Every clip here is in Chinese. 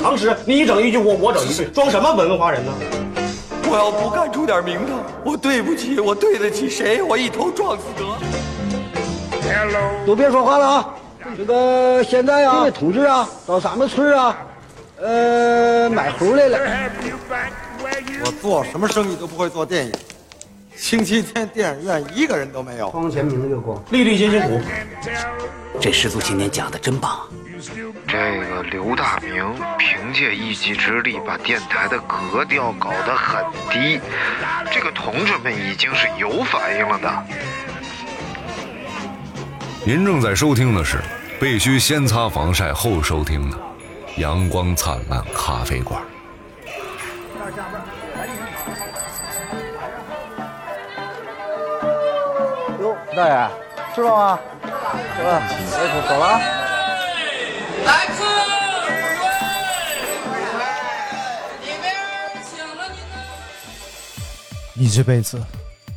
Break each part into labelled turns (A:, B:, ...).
A: 唐诗，你整一句，我我整 一句，装什么文化人呢？
B: 我要不干出点名堂，我对不起，我对得起谁？我一头撞死得了。
C: 都别说话了啊！这个现在啊，这位同志啊，到咱们村啊，呃，买猴来了。
D: 我做什么生意都不会做电影，星期天电影院一个人都没有。
C: 床前明月光，
A: 粒粒皆辛苦，
E: 这师祖今年讲的真棒啊！
F: 这个刘大明凭借一己之力把电台的格调搞得很低，这个同志们已经是有反应了的。
G: 您正在收听的是必须先擦防晒后收听的《阳光灿烂咖啡馆》。
D: 哟，大爷，知道吗？行了，我走了啊。
H: 来客二位，里边请了您呢。
I: 你这辈子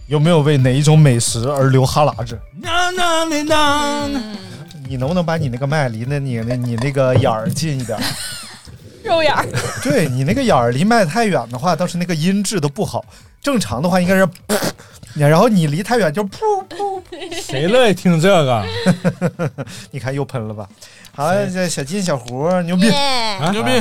I: 有没有为哪一种美食而流哈喇子？嗯你能不能把你那个麦离那你那你那个眼儿近一点？
J: 肉眼儿，
I: 对你那个眼儿离麦太远的话，倒是那个音质都不好。正常的话应该是噗， 然后你离太远就噗噗。
K: 谁乐意听这个？
I: 你看又喷了吧？好，
L: 哎
I: 这小金、小胡牛逼！
K: 啊牛逼！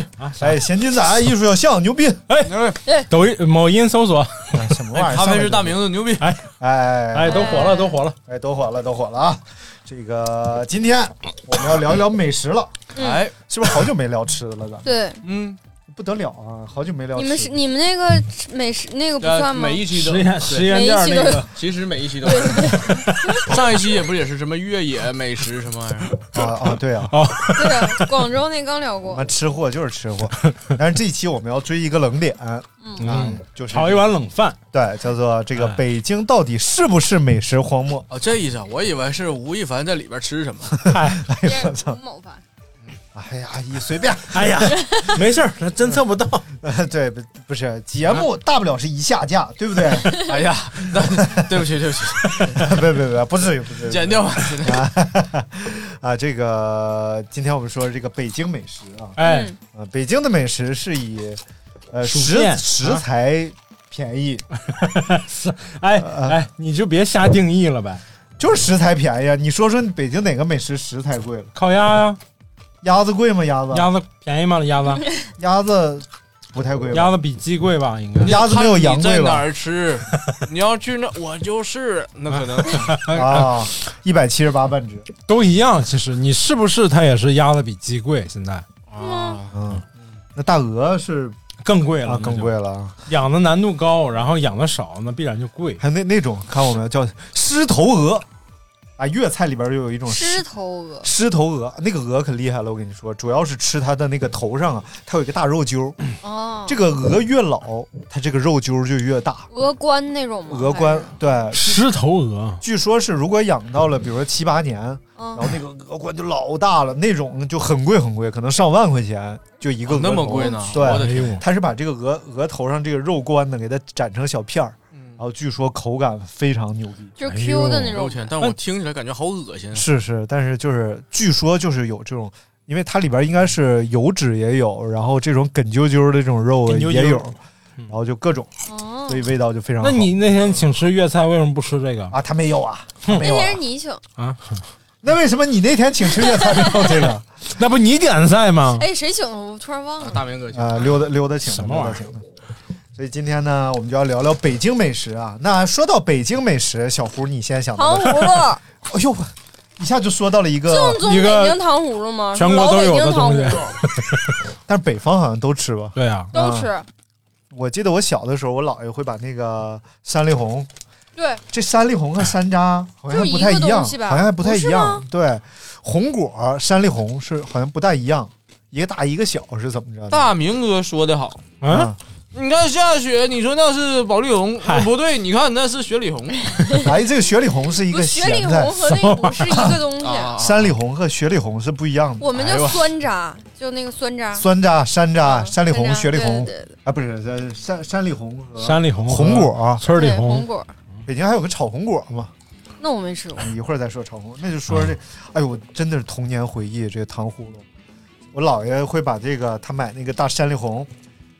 I: 哎，咸金仔艺术小象牛逼！
L: 哎
J: 哎
K: 抖音、某音搜索，
I: 哎什么玩意儿？
L: 咖啡是大名字，牛逼！
K: 哎
I: 哎
K: 哎，都火了，都火了。
I: 哎，都火了，都火了啊！这个今天我们要聊一聊美食了，
L: 哎，
I: 是不是好久没聊吃的了？咱们
J: 嗯对，
L: 嗯，
I: 不得了啊，好久没聊
J: 你
I: 吃
J: 们是你们那个美食那个不
L: 呃
J: 算吗
L: 每？一期都
K: 实，验实验
J: 每一
K: 店儿
J: 期
K: 那
J: 都
K: 个，
L: 其实每一期都有。上一期也不也是什么越野美食什么玩意儿？
I: 啊啊，对啊，
J: 对，广州那刚聊
I: 我
J: 过
I: 们，吃货就是吃货。但是这一期我们要追一个冷点，啊
K: 嗯，，
I: 就是
K: 炒一碗冷饭，
I: 对，叫做这个
K: 哎
I: 北京到底是不是美食荒漠？
L: 哦，这意思啊，我以为是吴亦凡在里边吃什么。
I: 哎呀，我操！
J: 某饭，
I: 哎呀，你随便，
K: 哎呀，没事儿，侦测不到。 啊
I: 对，不不是节目，大不了是一下架，对不对？
L: 哎呀，那对不起，对不起，
I: 别别别，不至于，不至于。
L: 剪掉吧。
I: 啊，这个今天我们说这个北京美食啊，
K: 哎，
I: 啊，北京的美食是以呃
K: 薯
I: 食
K: 片
I: 食材便宜，呃
K: 是， 哎哎，你就别瞎定义了呗。
I: 就是食材便宜啊。你说说北京哪个美食食材贵了？
K: 烤鸭呀，
I: 鸭子贵吗？鸭子
K: 鸭子便宜吗？鸭子，
I: 鸭子不太贵吧？
K: 鸭子比鸡贵吧？应该。
I: 鸭子没有羊
L: 你
I: 贵
L: 在哪
I: 吧？
L: 儿吃？你要去那，我就是那可能。
I: 啊，一百七十八半只。
K: 都一样，其实你是不是它也是鸭子比鸡贵，现在
L: 啊，
I: 嗯，那大鹅是
K: 更贵了，
I: 啊更贵，了啊，
K: 养的难度高，然后养的少，那必然就贵。
I: 还有那那种看我们叫狮头鹅啊，粤菜里边就有一种
K: 嗯
J: 狮头鹅，
I: 狮头鹅，那个鹅可厉害了，我跟你说，主要是吃它的那个头上啊，它有一个大肉揪儿，
J: 哦，
I: 这个鹅越老，它这个肉揪儿就越大，
J: 鹅冠那种吗？
I: 鹅冠对。
K: 狮头鹅，
I: 据说是，如果养到了，比如说七八年，然后
J: 还是，
I: 那个鹅冠就老大了，那种就很贵很贵，可能上万块钱就一个、
L: 哦那么贵呢
I: 对，
L: 我的
K: 哎呦，
I: 他是把这个鹅鹅头上这个肉冠呢，给它斩成小片儿，
L: 嗯
I: 然后据说口感非常牛逼。
J: 就是 Q 的那
L: 肉
J: 种，
L: 钱，但我听起来感觉好恶
K: 嗯
L: 心啊。
I: 是是，但是就是据说就是有这种，因为它里边应该是油脂也有，然后这种梗啾啾的这种肉
K: 梗啾啾
I: 也有，
K: 嗯
I: 然后就各种，
J: 哦
I: 所以味道就非常好。
K: 那你那天请吃粤菜，为什么不吃这个？
I: 啊，他没有啊，他没
L: 哎
J: 那
I: 有、啊
J: 天是。你请，
I: 那为什么你那天请吃粤菜没有这个？
K: 那不你点的菜吗？
J: 哎，谁请的？我突然忘了。
L: 大明哥，
I: 啊，溜达溜达请的
K: 什么玩意儿
I: 溜达请的所以今天呢，我们就要聊聊北京美食啊。那说到北京美食，小胡你先想到
J: 糖
I: 的，
J: 葫芦，
I: 哎呦，一下就说到了一个，
J: 正宗
K: 一个
J: 北京糖葫芦吗？
K: 全国都有的
J: 老
K: 东
J: 北
K: 西啊
J: 京糖葫芦
I: 但是北方好像都吃吧。
K: 对呀，
J: 都吃，
I: 我记得我小的时候，我姥爷会把那个山丽红，
J: 对，
I: 这山丽红和山楂好像还不太
J: 就是一个
I: 样，
J: 东西吧
I: 好像还不太一
J: 不
I: 样。对，红果、山丽红是好像不大一样，一个大一个小是怎么着的？
L: 大明哥说的好。
K: 嗯，
L: 你看下雪，你说那是保丽龙，
K: 嗨
L: 哦不对，你看那是雪里红
I: 哎，这个雪里红是一
J: 不
I: 个
J: 是雪里
I: 咸
J: 红
I: 菜，
J: 和那个不是一 个东西。
L: 啊。
I: 山丽红和雪里红是不一样的。
J: 我们
L: 哎
J: 叫
L: 呦
J: 酸楂，就那个酸楂，
I: 酸楂、山楂、
J: 嗯
I: 啊山里红、雪里红
J: 对对对
I: 啊，不是呃山山里红和
K: 山里红，
I: 红果，
K: 村里
J: 对
K: 红
J: 红，果。
I: 北京还有个炒红果嘛，
J: 那我没吃过，
I: 一会儿再说炒红，那就说这，哎呦，真的是童年回忆，这个糖葫芦，我姥爷会把这个他买那个大山里红，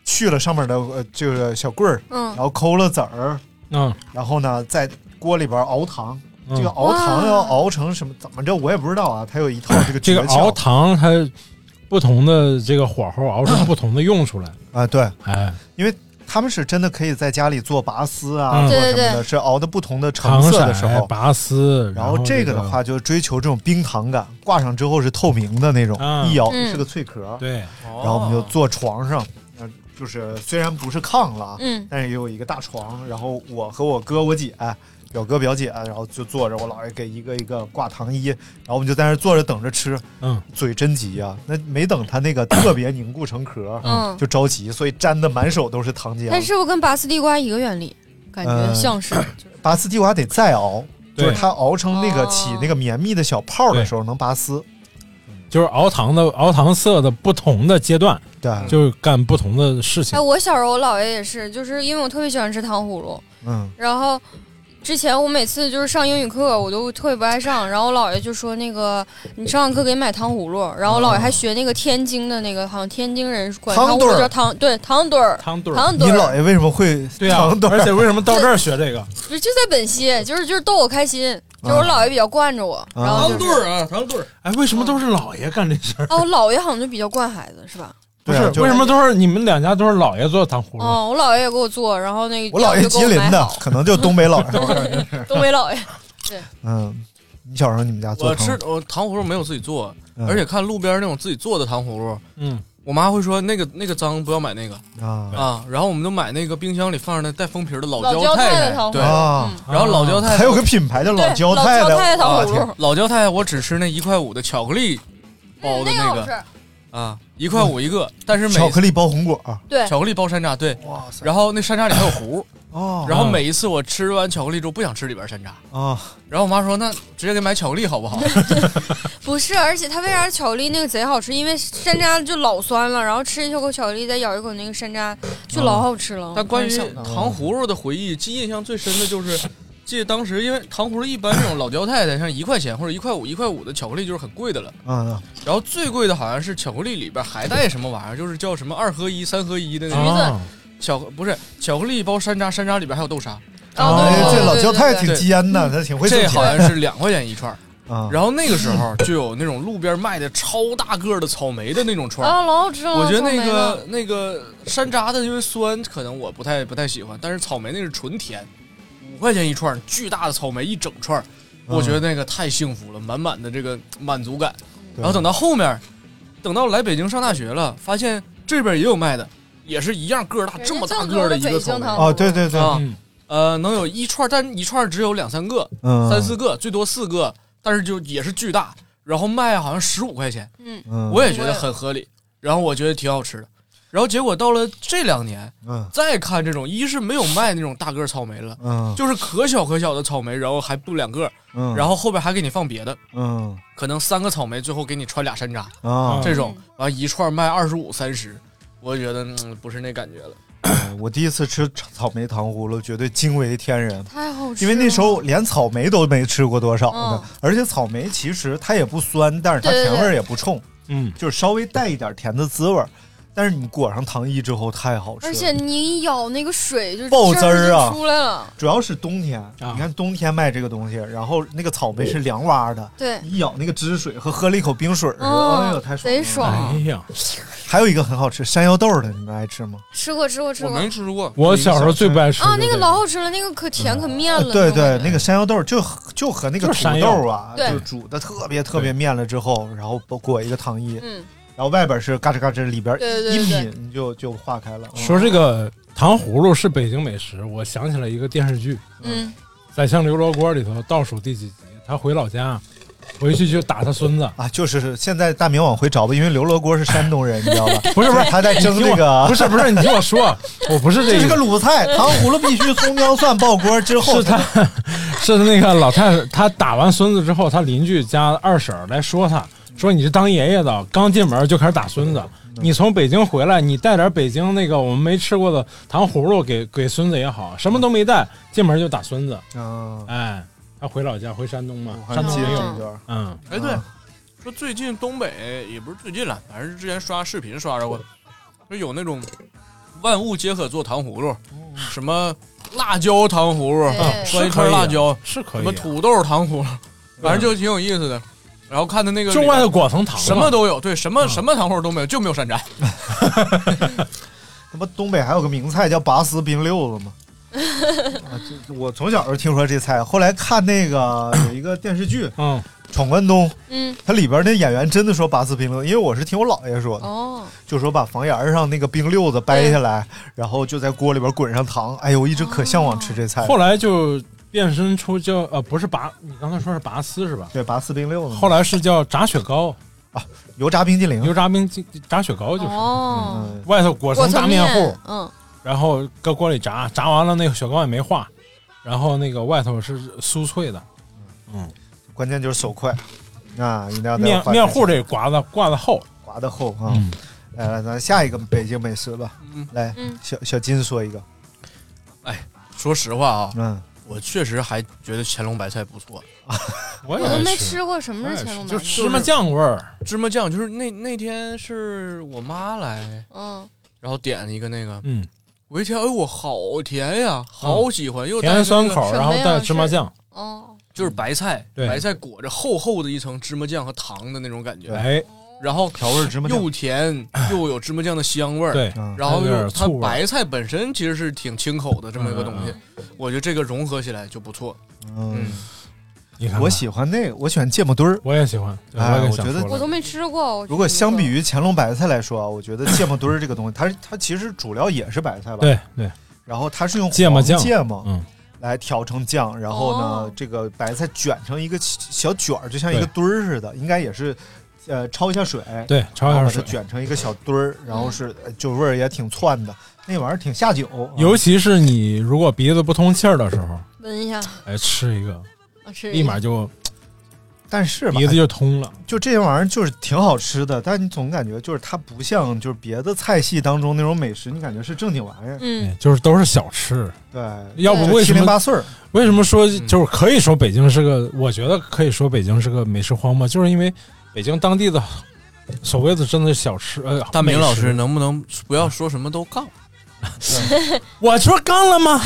I: 去了上面的呃这个小棍儿，
K: 嗯
I: 然后抠了籽儿，
K: 嗯，
I: 然后呢在锅里边熬糖。
K: 嗯
I: 这个熬糖要熬成什么？怎么着？我也不知道啊。他有一套 这个
K: 这
I: 诀
K: 个
I: 窍。
K: 熬糖它不同的这个火候熬出不同的用出来。
I: 啊，对，
K: 哎，
I: 因为他们是真的可以在家里做拔丝啊，
K: 嗯
I: 做
K: 对
I: 什
K: 对
I: 么的，
K: 对
I: 是熬的不同的成
K: 糖
I: 色
K: 色
I: 的时候。
K: 拔丝，
I: 然后这个的话，就追求这种冰糖感，挂上之后是透明的那种，
K: 嗯
I: 一咬
K: 嗯
I: 是个脆壳。
K: 对，
I: 然后我们就坐床上，呃就是虽然不是炕了，啊
K: 嗯
I: 但是也有一个大床。然后我和我哥、我姐、表哥、表姐，然后就坐着，我姥爷给一个一个挂糖衣，然后我们就在那儿坐着等着吃。
K: 嗯，
I: 嘴真急啊，那没等它那个特别凝固成壳，
J: 嗯
I: 就着急，所以粘的满手都是糖浆。
J: 但是不跟拔丝地瓜一个原理？感觉
I: 呃
J: 像是。
I: 拔丝地瓜得再熬，就
K: 对
I: 是它熬成那个起那个绵密的小泡的时候能拔丝。
K: 就是熬糖的熬糖色的不同的阶段，
I: 对，
K: 就是干不同的事情
J: 哎，。我小时候我姥爷也是，就是因为我特别喜欢吃糖葫芦，
I: 嗯，
J: 然后之前我每次就是上英语课，我都特别不爱上，然后我姥爷就说那个你上完课给你买糖葫芦，然后我姥爷还
K: 哦
J: 学那个天津的那个，好像天津人管
I: 糖
J: 糖葫
I: 墩
J: 芦
I: 儿
J: 叫糖，对糖墩儿，
K: 糖墩
J: 儿，糖
I: 你
J: 墩儿，
I: 姥爷为什么会
K: 对啊
I: 糖，墩儿
K: 而且为什么到这儿学这个？
J: 不是就在本溪，就是就是逗我开心，就是
I: 啊
J: 我姥爷比较惯着我，然后就是
K: 儿啊，糖对儿。哎，为什么都是姥爷干这事 儿？
J: 啊，我姥爷好像就比较惯孩子，是吧？
K: 不
I: 啊
K: 是，为什么都是你们两家都是姥爷做糖葫芦？
J: 哦，我姥爷也给我做，然后那个
I: 我姥爷
J: 就给
I: 吉林
J: 买
I: 的
J: 好，
I: 可能就东北姥爷。
J: 东北姥 爷，对，
I: 嗯，你小时候你们家做
L: 我
I: 糖
L: 吃我糖葫芦没有自己做，
I: 嗯
L: 而且看路边那种自己做的糖葫芦，
K: 嗯，
L: 我妈会说那个那个脏不要买那个
I: 啊
L: 啊，然后我们就买那个冰箱里放着那带封皮的老
J: 老
L: 焦
J: 焦
L: 太
J: 太
L: 太
J: 的糖葫芦嗯
L: 对，
I: 啊，
L: 然后老焦太太
I: 还有个品牌叫老焦
J: 对
I: 太
J: 老焦
I: 太
J: 太太糖
I: 我
J: 葫芦
I: 天
L: 老焦太太，我只吃那一块五的巧克力包的
J: 那个好
L: 个
J: 吃，
L: 啊，一块五一个，但是每
I: 巧克力包红果啊儿，
J: 对
L: 巧克力包山楂，对，然后那山楂里还有核
I: 哦
L: 然后每一次我吃完巧克力之后不想吃里边山楂，
I: 啊，
L: 然后我妈说那直接给买巧克力好不好？
J: 不是，而且它为啥巧克力那个贼好吃？因为山楂就老酸了，然后吃一口巧克力，再咬一口那个山楂，就
I: 嗯
J: 老好吃了。
L: 但关于
J: 突然
I: 哦
J: 想到
L: 糖葫芦的回忆，记忆印象最深的就是，记得当时因为糖葫芦一般这种老焦太太，像一块钱或者一块五、一块五的巧克力就是很贵的了。
I: 嗯，
L: 然后最贵的好像是巧克力里边还带什么玩意儿，就是叫什么二合一、三合一的那
I: 橘子
L: 种
I: 啊。
L: 巧不是巧克力包山楂，山楂里边还有豆沙。
I: 哎这老焦太太挺尖的，他挺会挣
L: 这
I: 钱。
L: 好像是两块钱一串儿。
I: 啊
L: 然后那个时候就有那种路边卖的超大个儿的草莓的那种串儿
J: 啊，老好吃了。
L: 我觉得
J: 草莓
L: 那
J: 了
L: 个那个山楂的，因为酸，可能我不太不太喜欢，但是草莓那是纯甜，五块钱一串儿，巨大的草莓一整串儿，
K: 嗯
L: 我觉得那个太幸福了，满满的这个满足感。
K: 对
L: 然后等到后面，等到来北京上大学了，发现这边也有卖的，也是一样个儿大，这么大个儿的一个草莓
I: 哦，对对对，
L: 啊，呃，能有一串儿，但一串儿只有两三个，
I: 嗯
L: 三四个，最多四个，但是就也是巨大，然后卖好像十五块钱，
J: 嗯
I: 嗯
L: 我也觉得很合理，然后我觉得挺好吃的，然后结果到了这两年，
I: 嗯
L: 再看这种，一是没有卖那种大个儿草莓了，
I: 嗯
L: 就是可小可小的草莓，然后还不两个，
I: 嗯
L: 然后后边还给你放别的，
I: 嗯
L: 可能三个草莓，最后给你穿俩山楂
I: 啊
L: 这种
J: 嗯
L: 完一串卖二十五三十，我觉得、嗯、不是那感觉了。
I: 哎我第一次吃草莓糖葫芦，绝对惊为天人，
J: 太好吃
I: 因
J: 了，
I: 为那时候连草莓都没吃过多少呢
J: 嗯。
I: 而且草莓其实它也不酸，但是它
J: 对对
I: 甜
J: 对
I: 味儿也不冲，
K: 嗯，
I: 就是稍微带一点甜的滋味儿。但是你裹上糖衣之后，太好吃了。
J: 而且你一咬那个水就
I: 爆汁儿啊
J: 就出来了，
I: 主要是冬天，你看冬天卖这个东西，然后那个草莓是凉哇的，
J: 对
I: 一咬那个汁水和喝了一口冰水似的，哎
J: 嗯
I: 呦，太，爽！哎
J: 贼爽。
K: 呀，
I: 还有一个很好吃山药豆的，你们爱吃吗？
J: 吃过吃过吃过，
L: 吃过
K: 我小时候最不爱吃
J: 啊，那个老好吃了，那个可甜可面了。
I: 嗯对对，那个山药豆就就和那个
K: 就是
I: 土
K: 山药
I: 豆啊，
J: 嗯对
I: 就煮的特别特别面了之后，然后裹一个糖衣，
J: 嗯，
I: 然后外边是嘎吱嘎吱，里边
J: 对对
I: 一
J: 对对
I: 抿就就化开了。嗯
K: 说这个糖葫芦是北京美食，我想起来一个电视剧，
J: 嗯，
K: 《宰相刘罗锅》里头倒数第几集，他回老家，回去就打他孙子。？
I: 啊，就是现在大明往回找吧，因为刘罗锅是山东人，你知道吧
K: 不是不是，
I: 他在争
K: 你听
I: 这
K: 我
I: 个，
K: 不是不是，你听我说， 我不是这
I: 这是个鲁菜，糖葫芦必须葱姜蒜爆锅之后。
K: 是他，是那个老太太，她打完孙子之后，她邻居家二婶儿来说她，说你是当爷爷的，刚进门就开始打孙子。你从北京回来，你带点北京那个我们没吃过的糖葫芦给给孙子也好，什么都没带，进门就打孙子。
I: 嗯，
K: 哎，他回老家，回山东嘛，
I: 还
K: 山东
I: 记得
K: 没有
I: 这一段。
K: 嗯，
L: 哎，对，说最近东北也不是最近了，反正之前刷视频刷着过，就有那种万物皆可做糖葫芦，什么辣椒糖葫芦
K: 对，
L: 拴一串辣椒，
K: 是可以啊
L: 什么土豆糖葫芦，反正就挺有意思的。然后看他那个里
K: 就
L: 面，
K: 外头裹层糖嘛
L: 什么都有，对，什么什么糖葫芦都没有，就没有山楂。
I: 他妈东北还有个名菜叫拔丝冰溜子嘛。啊这我从小就听说这菜，后来看那个有一个电视剧，
K: 嗯，
I: 《闯关东》，
J: 嗯，
I: 它里边那演员真的说拔丝冰溜子，因为我是听我姥爷说的，
J: 哦，嗯
I: 就说把房檐上那个冰溜子掰下来，然后就在锅里边滚上糖。哎呦，我一直可向往吃这菜了。
K: 后来就变身出叫呃，不是拔，你刚才说是拔丝是吧？
I: 对，拔丝冰溜子。
K: 后来是叫炸雪糕
I: 啊，油炸冰激凌，嗯
K: 油炸冰激炸雪糕就是、
J: 哦，
K: 外头裹层大面糊，
J: 嗯，
K: 然后搁锅里炸，炸完了那个雪糕也没化，然后那个外头是酥脆的，嗯，
I: 关键就是手快啊，一定要
K: 面面糊这刮的挂的厚，
I: 刮的厚啊。
K: 嗯
I: 来来，咱下一个北京美食吧。
L: 嗯
I: 来，小小金说一个，
L: 哎说实话啊，
I: 嗯，
L: 我确实还觉得乾隆白菜不错，
K: 我
J: 我都没吃过什么是乾隆白菜，
K: 味儿，
L: 芝麻酱就是那那天是我妈来，
J: 嗯，
L: 然后点了一个那个，
K: 嗯，
L: 我一听，哎呦，好甜呀，好喜欢，又带
K: 甜
L: 那个
K: 酸口，然后带芝麻嗯酱，，
J: 哦，
L: 就是白菜，
K: 对
L: 白菜裹着厚厚的一层芝麻酱和糖的那种感觉，
K: 哎，
L: 然后
K: 调味芝麻酱
L: 又甜又有芝麻酱的香味儿，
K: 对嗯
L: 然后
K: 还有点
L: 又它
K: 醋味儿
L: 白菜本身其实是挺清口的这么一个东西，我觉得这个融合起来就不错，
I: 嗯，
K: 你看
I: 我喜欢那个，我喜欢芥末墩儿，
K: 我也喜欢。
I: 哎，
K: 我也
I: 我
K: 想
I: 觉得
J: 我都没吃过，我
I: 如果相比于乾隆白菜来说啊，我觉得芥末墩儿这个东西，它它其实主料也是白菜吧？
K: 对。对，
I: 然后它是用
K: 芥末
I: 黄
K: 酱
I: 芥末
K: 嗯
I: 来调成酱，然后呢，
K: 哦
I: 这个白菜卷成一个小卷儿，就像一个
K: 对
I: 墩儿似的，应该也是。呃，焯一下水，
K: 对焯一下
I: 然后把它
K: 水
I: 卷成一个小墩儿，然后是呃就味儿也挺窜的，那玩意儿挺下酒。啊
K: 尤其是你如果鼻子不通气儿的时候，
J: 闻一下，
K: 哎，吃一个，
J: 我吃一
K: 立马就
I: 但是吧
K: 鼻子就通了。
I: 就这些玩意儿就是挺好吃的，但你总感觉就是它不像就是别的菜系当中那种美食，你感觉是正经玩意儿。
J: 嗯，
K: 哎就是都是小吃，
I: 对，
K: 要不为
I: 七
K: 什么
I: 零八碎儿？
K: 为什么说就是可以说北京是个？我觉得可以说北京是个美食荒漠，就是因为北京当地的所谓的真的小吃，呃，
L: 大明老
K: 美
L: 师
K: 食
L: 能不能不要说什么都杠？
K: 我说刚了吗？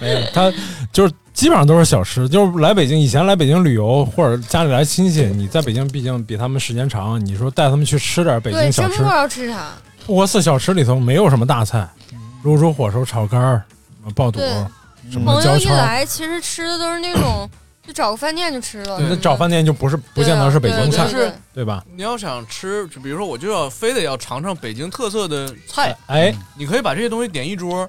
K: 没有，他就是基本上都是小吃，就是来北京以前来北京旅游或者家里来亲戚，你在北京毕竟比他们时间长，你说带他们去吃点北京
J: 对，真
K: 小
J: 不
K: 吃
J: 知，道吃啥，嗯
K: 护国寺小吃里头没有什么大菜，卤煮火烧炒肝儿、爆肚
J: 对，
K: 什么
J: 朋友
K: 焦
J: 一
K: 圈儿，
J: 来，其实吃的都是那 种，就找个饭店就吃了。
K: 你
L: 嗯
K: 找饭店就不是不见得是北京菜
L: 对对对，
K: 对吧？
L: 你要想吃，就比如说我就要非得要尝尝北京特色的菜，嗯
K: 哎，嗯
L: 你可以把这些东西点一桌，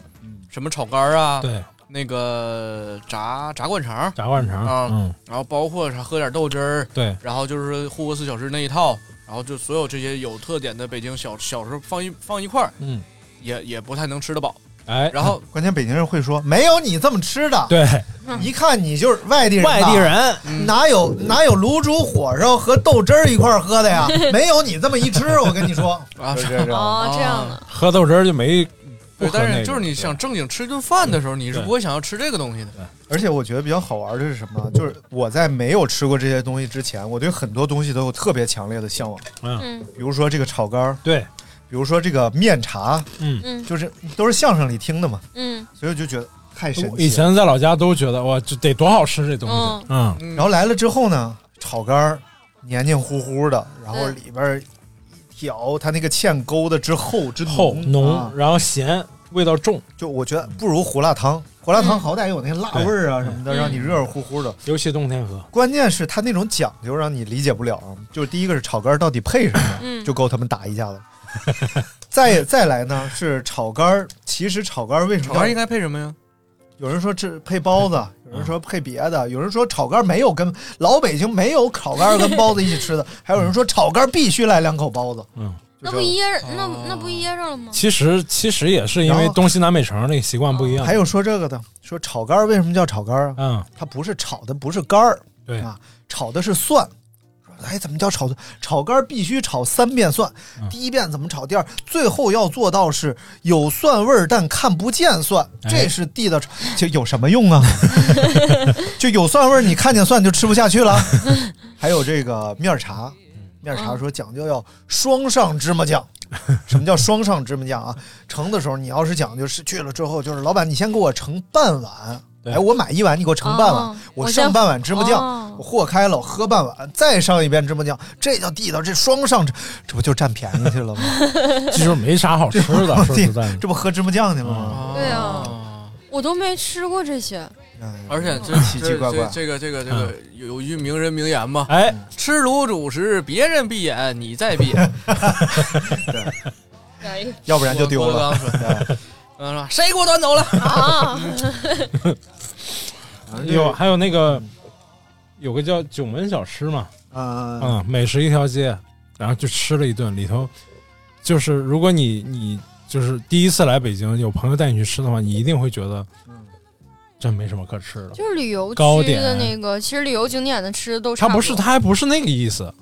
L: 什么炒肝儿啊，
K: 对，
L: 那个炸炸灌肠，
K: 炸灌肠
L: 啊，
K: 嗯
L: 然后包括啥喝点豆汁儿，
K: 对
L: 然后就是护国寺小吃那一套，然后就所有这些有特点的北京小小时候放一放一块儿，
K: 嗯，
L: 也也不太能吃得饱，
K: 哎，
L: 然后？
I: 关键北京人会说没有你这么吃的，
K: 对，
J: 嗯
I: 一看你就是外地人吧，
K: 外地人
I: 哪有哪有卤煮火烧和豆汁儿一块儿喝 的呀没有你这么一吃，我跟你说，
L: 啊，
I: 是这样
J: 哦，这样
L: 的，
K: 喝豆汁儿就没不
L: 对，
K: 喝
L: 但
K: 那个，
L: 是啊就是你想正经吃顿饭的时候，你是不会想要吃这个东西的，
I: 而且我觉得比较好玩的是什么？就是我在没有吃过这些东西之前，我对很多东西都有特别强烈的向往。
K: 嗯，
I: 比如说这个炒肝儿，
K: 对，
I: 比如说这个面茶，
K: 嗯
J: 嗯
I: 就是都是相声里听的嘛，
J: 嗯，
I: 所以我就觉得太神
K: 以
I: 奇了。
K: 前在老家都觉得哇，这得多好吃这东西，嗯，
I: 然后来了之后呢，炒肝儿黏黏糊糊的，然后
L: 嗯
I: 里边儿一挑，它那个芡勾的之厚之
K: 厚
I: 啊
K: 浓，然后咸，味道重，
I: 就我觉得不如胡辣汤。胡辣
L: 嗯
I: 汤好歹有那辣味儿啊什么的，
K: 对
I: 让你热热乎乎的。
K: 尤其冬天喝，
I: 关键是它那种讲究让你理解不了啊，就是第一个是炒肝儿到底配什么，
K: 嗯
I: 就够他们打一架了。再再来呢是炒肝儿，其实炒肝儿为什么
L: 炒
I: 叫
L: 肝应该配什么呀？
I: 有人说这 配包子，有人说配别的，有人说炒肝没有跟老北京没有炒肝跟包子一起吃的，还有人说炒肝必须来两口包子。
K: 嗯，
J: 那不噎那那不噎上了吗？
K: 哦其实其实也是因
I: 然
K: 为
I: 后
K: 东西南北城那个习惯不一样，
I: 还有说这个的，说炒肝为什么叫炒肝啊？
K: 嗯，
I: 它不是炒的不是肝儿，
K: 对
I: 啊，炒的是蒜。说哎，怎么叫炒蒜？炒肝必须炒三遍蒜，
K: 嗯
I: 第一遍怎么炒，第二最后要做到是有蒜味儿但看不见蒜，
K: 哎
I: 这是地道炒。就有什么用啊？就有蒜味儿，你看见蒜就吃不下去 了。还有这个面儿茶，面儿茶说讲究要双上芝麻酱。什么叫双上芝麻酱啊？盛的时候你要是讲究是去了之后，就是老板你先给我盛半碗，哎，我买一碗，你给我盛半碗，
M: 哦
I: 我
M: 我
I: 上
M: 先
I: 半碗芝麻酱，
M: 哦
I: 我和开了，我喝半碗，再上一遍芝麻酱，这叫地道，这双上，这不就占便宜去了吗？
K: 这 就是没啥好吃的说实在的
I: 这不喝芝麻酱去了吗？
J: 对啊，
K: 哦
J: 我都没吃过这些。
L: 而且这
I: 奇奇怪怪
L: 这这这这个这个这个
B: 嗯
L: 有有一句名人名言嘛，
K: 哎，
L: 吃卤主食，别人闭眼，你再闭眼，
I: 要不然就丢了
L: 我郭德纲说嗯，是吧谁给我端走了
J: 啊？
K: 有还有那个有个叫九门小吃嘛，
I: 嗯
K: 嗯，美食一条街，然后就吃了一顿，里头就是如果你你就是第一次来北京，有朋友带你去吃的话，你一定会觉得，真没什么可吃的，
J: 就是旅游
K: 糕
J: 区的
K: 点
J: 那个，其实旅游景点的吃的都差
K: 它不
J: 不
K: 是，
J: 多
K: 它还不是那个意思，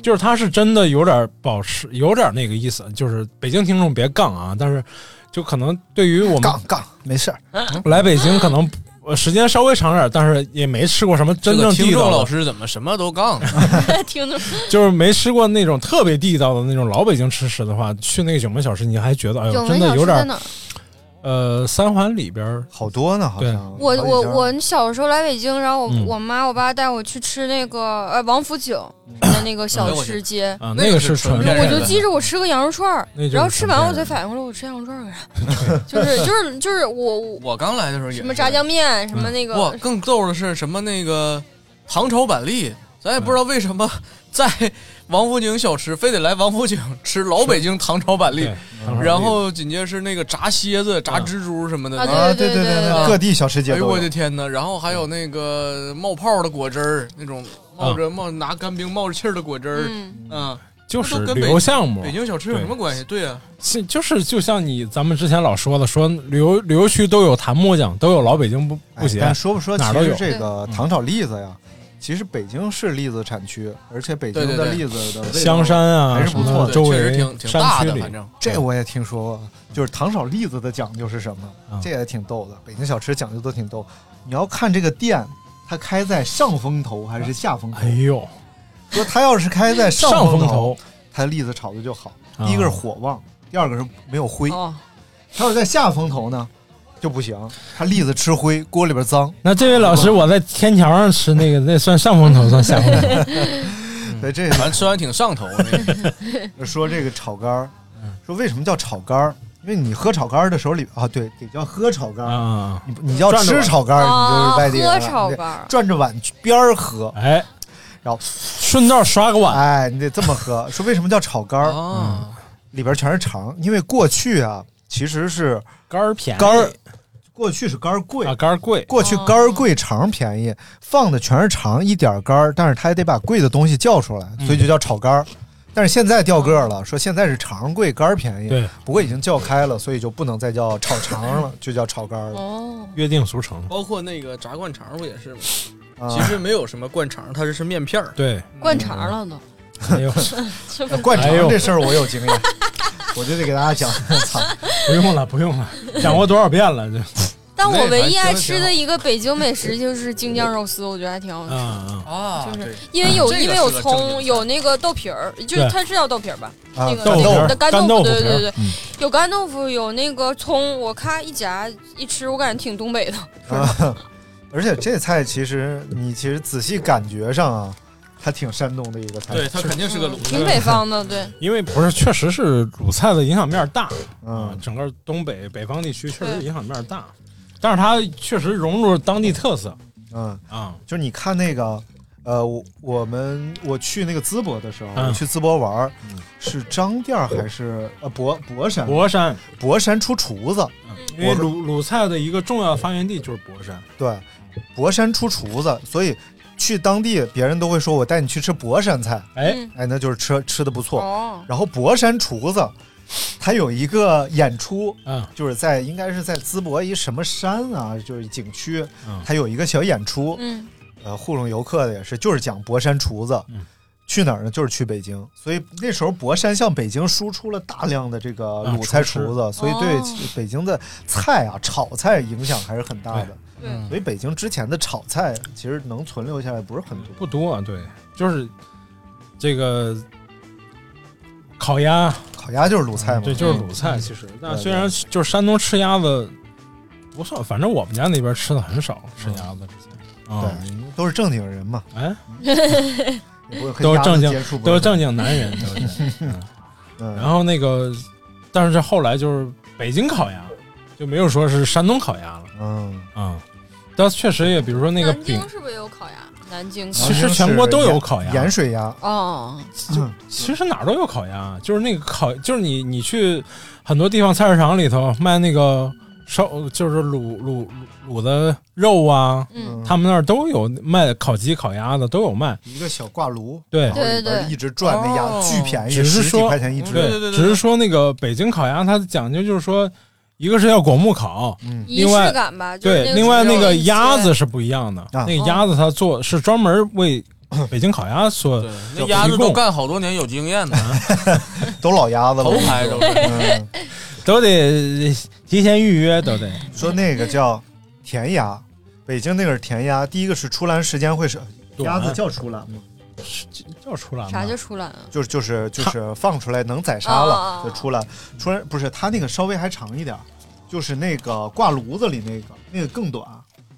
K: 就是它是真的有点保持，有点那个意思。就是北京听众别杠啊，但是就可能对于我们啊
I: 杠杠没事儿，
K: 来北京可能呃时间稍微长点儿，但是也没吃过什么真正
L: 这个听
K: 地道
L: 众
K: 的。
L: 老师怎么什么都杠呢？
J: 听着
K: 就是没吃过那种特别地道的那种老北京吃食的话，去那个九门小吃，你还觉得哎
J: 九
K: 呦，真
J: 门小
K: 的
J: 吃
K: 有
J: 在
K: 点
J: 哪儿？
K: 呃，三环里边儿
I: 好多呢，好
K: 像
J: 我我我小时候来北京，然后我、
K: 嗯
J: 我妈我爸带我去吃那个呃王府井的那个小吃街
K: 啊那个是纯
J: 我
K: 骗人
J: 就
K: 的
J: 记着我吃个羊肉串儿
K: 那就，是
J: 然后吃完我
K: 纯骗人
J: 才反应过来我吃羊肉串儿干啥？ 就是就是就是我我
L: 我刚来的时候也
J: 什么炸酱面什
K: 嗯
J: 么那个、
L: 哇，更逗的是什么那个糖炒板栗，咱也不知道为什么
K: 嗯
L: 在王府井小吃非得来王府井吃老北京糖炒板栗
I: 对糖炒板，栗
L: 然后紧接着是那个炸蝎子、炸蜘蛛什么的
I: 啊啊对对对对对对对各地小吃街
L: 哎呦
I: 都有
L: 我的天哪！然后还有那个冒泡的果汁儿，那种冒着冒拿干冰冒着气儿的果汁儿，嗯，
K: 啊就是
L: 这都跟
K: 旅
L: 北
K: 游项目
L: 北京小吃有
K: 对
L: 什么关系？对啊，
K: 是就是就像你咱们之前老说的，说旅游旅游区都有谭末酱，都有老北京不不
I: 哎
K: 行，
I: 但说不说，其
K: 哪儿都
I: 实
K: 有
I: 这个糖炒栗子呀，其实北京是栗子产区，而且北京
K: 对对
I: 的
K: 对
I: 栗子的味道
K: 香山啊
I: 还是不
K: 什
I: 错
K: 么
I: 的，
K: 周围确实挺挺大的山区里反正
I: 这我也听说过，就是糖炒栗子的讲究是什
K: 嗯
I: 么？这也挺逗的，北京小吃讲究都挺逗。你要看这个店，它开在上风头还是下风头？哎
K: 呦，
I: 说它要是开在上
K: 上
I: 风
K: 风头，
I: 它栗子炒的就好。
K: 啊
I: 第一个是火旺，第二个是没有灰。
J: 哦
I: 它要是在下风头呢，就不行，它栗子吃灰，锅里边脏。
K: 那这位老师，我在天桥上吃那个，那算上风头，算下风头？
I: 对，这
L: 咱吃完挺上头。
I: 说这个炒肝儿，
K: 嗯
I: 说为什么叫炒肝儿？因为你喝炒肝儿的时候里啊，对，得叫喝炒肝
K: 儿，
I: 你不你要吃炒肝儿，你就是外地人了。
J: 啊喝炒
I: 你得
J: 肝儿
I: 转着碗边儿喝，
K: 哎，
I: 然后
K: 顺道刷个碗，
I: 哎，你得这么喝。说为什么叫炒肝儿？
J: 哦
I: 嗯里边全是肠，因为过去啊，其实是
K: 肝儿便宜，
I: 肝儿过去是肝儿贵
K: 啊，肝儿贵，
I: 过去肝儿贵，肠便宜，放的全是肠，一点儿肝儿，但是他也得把贵的东西叫出来，所
K: 嗯
I: 以就叫炒肝儿。但是现在掉个儿了，说现在是肠贵，肝儿便宜。
K: 对，
I: 不过已经叫开了，所以就不能再叫炒肠了，就叫炒肝儿了。
J: 哦，
K: 约定俗成。
L: 包括那个炸灌肠不也是吗？
I: 啊
L: 其实没有什么灌肠，它是是面片儿。
K: 对，
J: 灌肠了都。
K: 哎呦
J: 这不
I: 呃灌肠
K: 哎呦
I: 这事儿我有经验，我就得给大家讲。 操，
K: 不用了，不用了，讲过多少遍了？这
J: 但我唯一爱吃的一个北京美食就是京酱肉丝，我觉得还挺好吃。
K: 啊
L: 啊，
J: 就是因为有
L: 这个
J: 因为有
L: 是个正经
J: 葱，有那个豆皮儿，就是
K: 对
J: 它是叫豆皮儿吧？
K: 啊
J: 那个
K: 豆皮儿
J: 的干
K: 干豆
J: 豆腐，
K: 腐
J: 对
K: 皮儿嗯
J: 对对，对有干豆腐，有那个葱，我咔一夹一吃，我感觉挺东北的。
I: 啊！而且这菜其实你其实仔细感觉上啊，它挺山东的一个菜，
L: 对，它肯定是个卤。
J: 嗯挺北方的，对，
K: 因为不是，确实是鲁菜的影响面大，
I: 嗯，
K: 整个东北北方地区确实影响面大，但是它确实融入了当地特色。
I: 嗯
K: 啊，
I: 就是你看那个，呃，我我们我去那个淄博的时候，
K: 嗯
I: 我去淄博玩儿，
L: 嗯
I: 是张店儿还是呃博博山？
K: 博山，
I: 博山出厨子，
K: 因
L: 嗯
K: 为
I: 我
K: 鲁鲁菜的一个重要发源地就是博山，
I: 对，博山出厨子，所以去当地别人都会说我带你去吃博山菜，
K: 哎
J: 嗯
I: 哎，那就是吃吃的不错。
J: 哦
I: 然后博山厨子。他有一个演出，
K: 嗯，
I: 就是在应该是在淄博一什么山啊，就是景区，
K: 嗯
I: 他有一个小演出，
J: 嗯，
K: 嗯
I: 呃，糊弄游客的也是，就是讲博山厨子，去哪儿呢？就是去北京，所以那时候博山向北京输出了大量的这个鲁菜厨子，
K: 啊厨师
I: 所以对
K: 哦
I: 北京的菜啊、炒菜影响还是很大的。
K: 对对
I: 所以北京之前的炒菜其实能存留下来不是很多，
K: 不多，啊对，就是这个烤鸭，
I: 烤鸭就是鲁菜嘛
K: 对，就是鲁菜。其实，但虽然
I: 对
K: 就是山东吃鸭子不算，反正我们家那边吃的很少，吃鸭子之前啊，
I: 嗯对都是正经人嘛，
K: 哎，
I: 也不会和
K: 都是
I: 鸭子
K: 正
I: 接触
K: 经，
I: 不
K: 都是
I: 是
K: 正经男 人，都是。嗯然后那个，但是后来就是北京烤鸭，就没有说是山东烤鸭了。
I: 嗯
K: 啊，但确实也，比如说那个
J: 嗯南
K: 饼
J: 京，是不是有烤鸭？南京
K: 其实全国都有烤鸭，
I: 盐水鸭。
J: 哦，
I: 嗯
K: 就其实哪儿都有烤鸭，就是那个烤，就是你你去很多地方菜市场里头卖那个烧，就是卤卤卤的肉啊，
J: 嗯
K: 他们那儿都有卖烤鸡、烤鸭的都有卖，
I: 一个小挂炉，
K: 对
I: 然后里边
K: 对对对
I: 一直转那鸭，
K: 哦
I: 巨便宜，
K: 只是
I: 十几
K: 说
I: 块钱一只，
K: 对，只是说那个北京烤鸭它的讲究就是说。一个是要果木烤，
I: 嗯
J: 仪
K: 另外
J: 式感吧就是那
K: 对，
J: 个
K: 另外
J: 猪肉
K: 那个
J: 一起
K: 鸭子是不一样的，
I: 啊
K: 那个鸭子它做是专门为北京烤鸭所
L: 那鸭子
K: 提
L: 都
K: 供
L: 干好多年，有经验的，
I: 都老鸭子了，
L: 头牌都是。
K: 都得呃提前预约，都得。
I: 说那个叫甜鸭，北京那个是甜鸭，第一个是出栏时间会是鸭子叫出栏吗？
K: 叫出栏
J: 啥叫出栏啊？
I: 就是就是就是放出来能宰杀了
J: 哦
I: 就出栏，出栏不是它那个稍微还长一点儿，就是那个挂炉子里那个那个更短，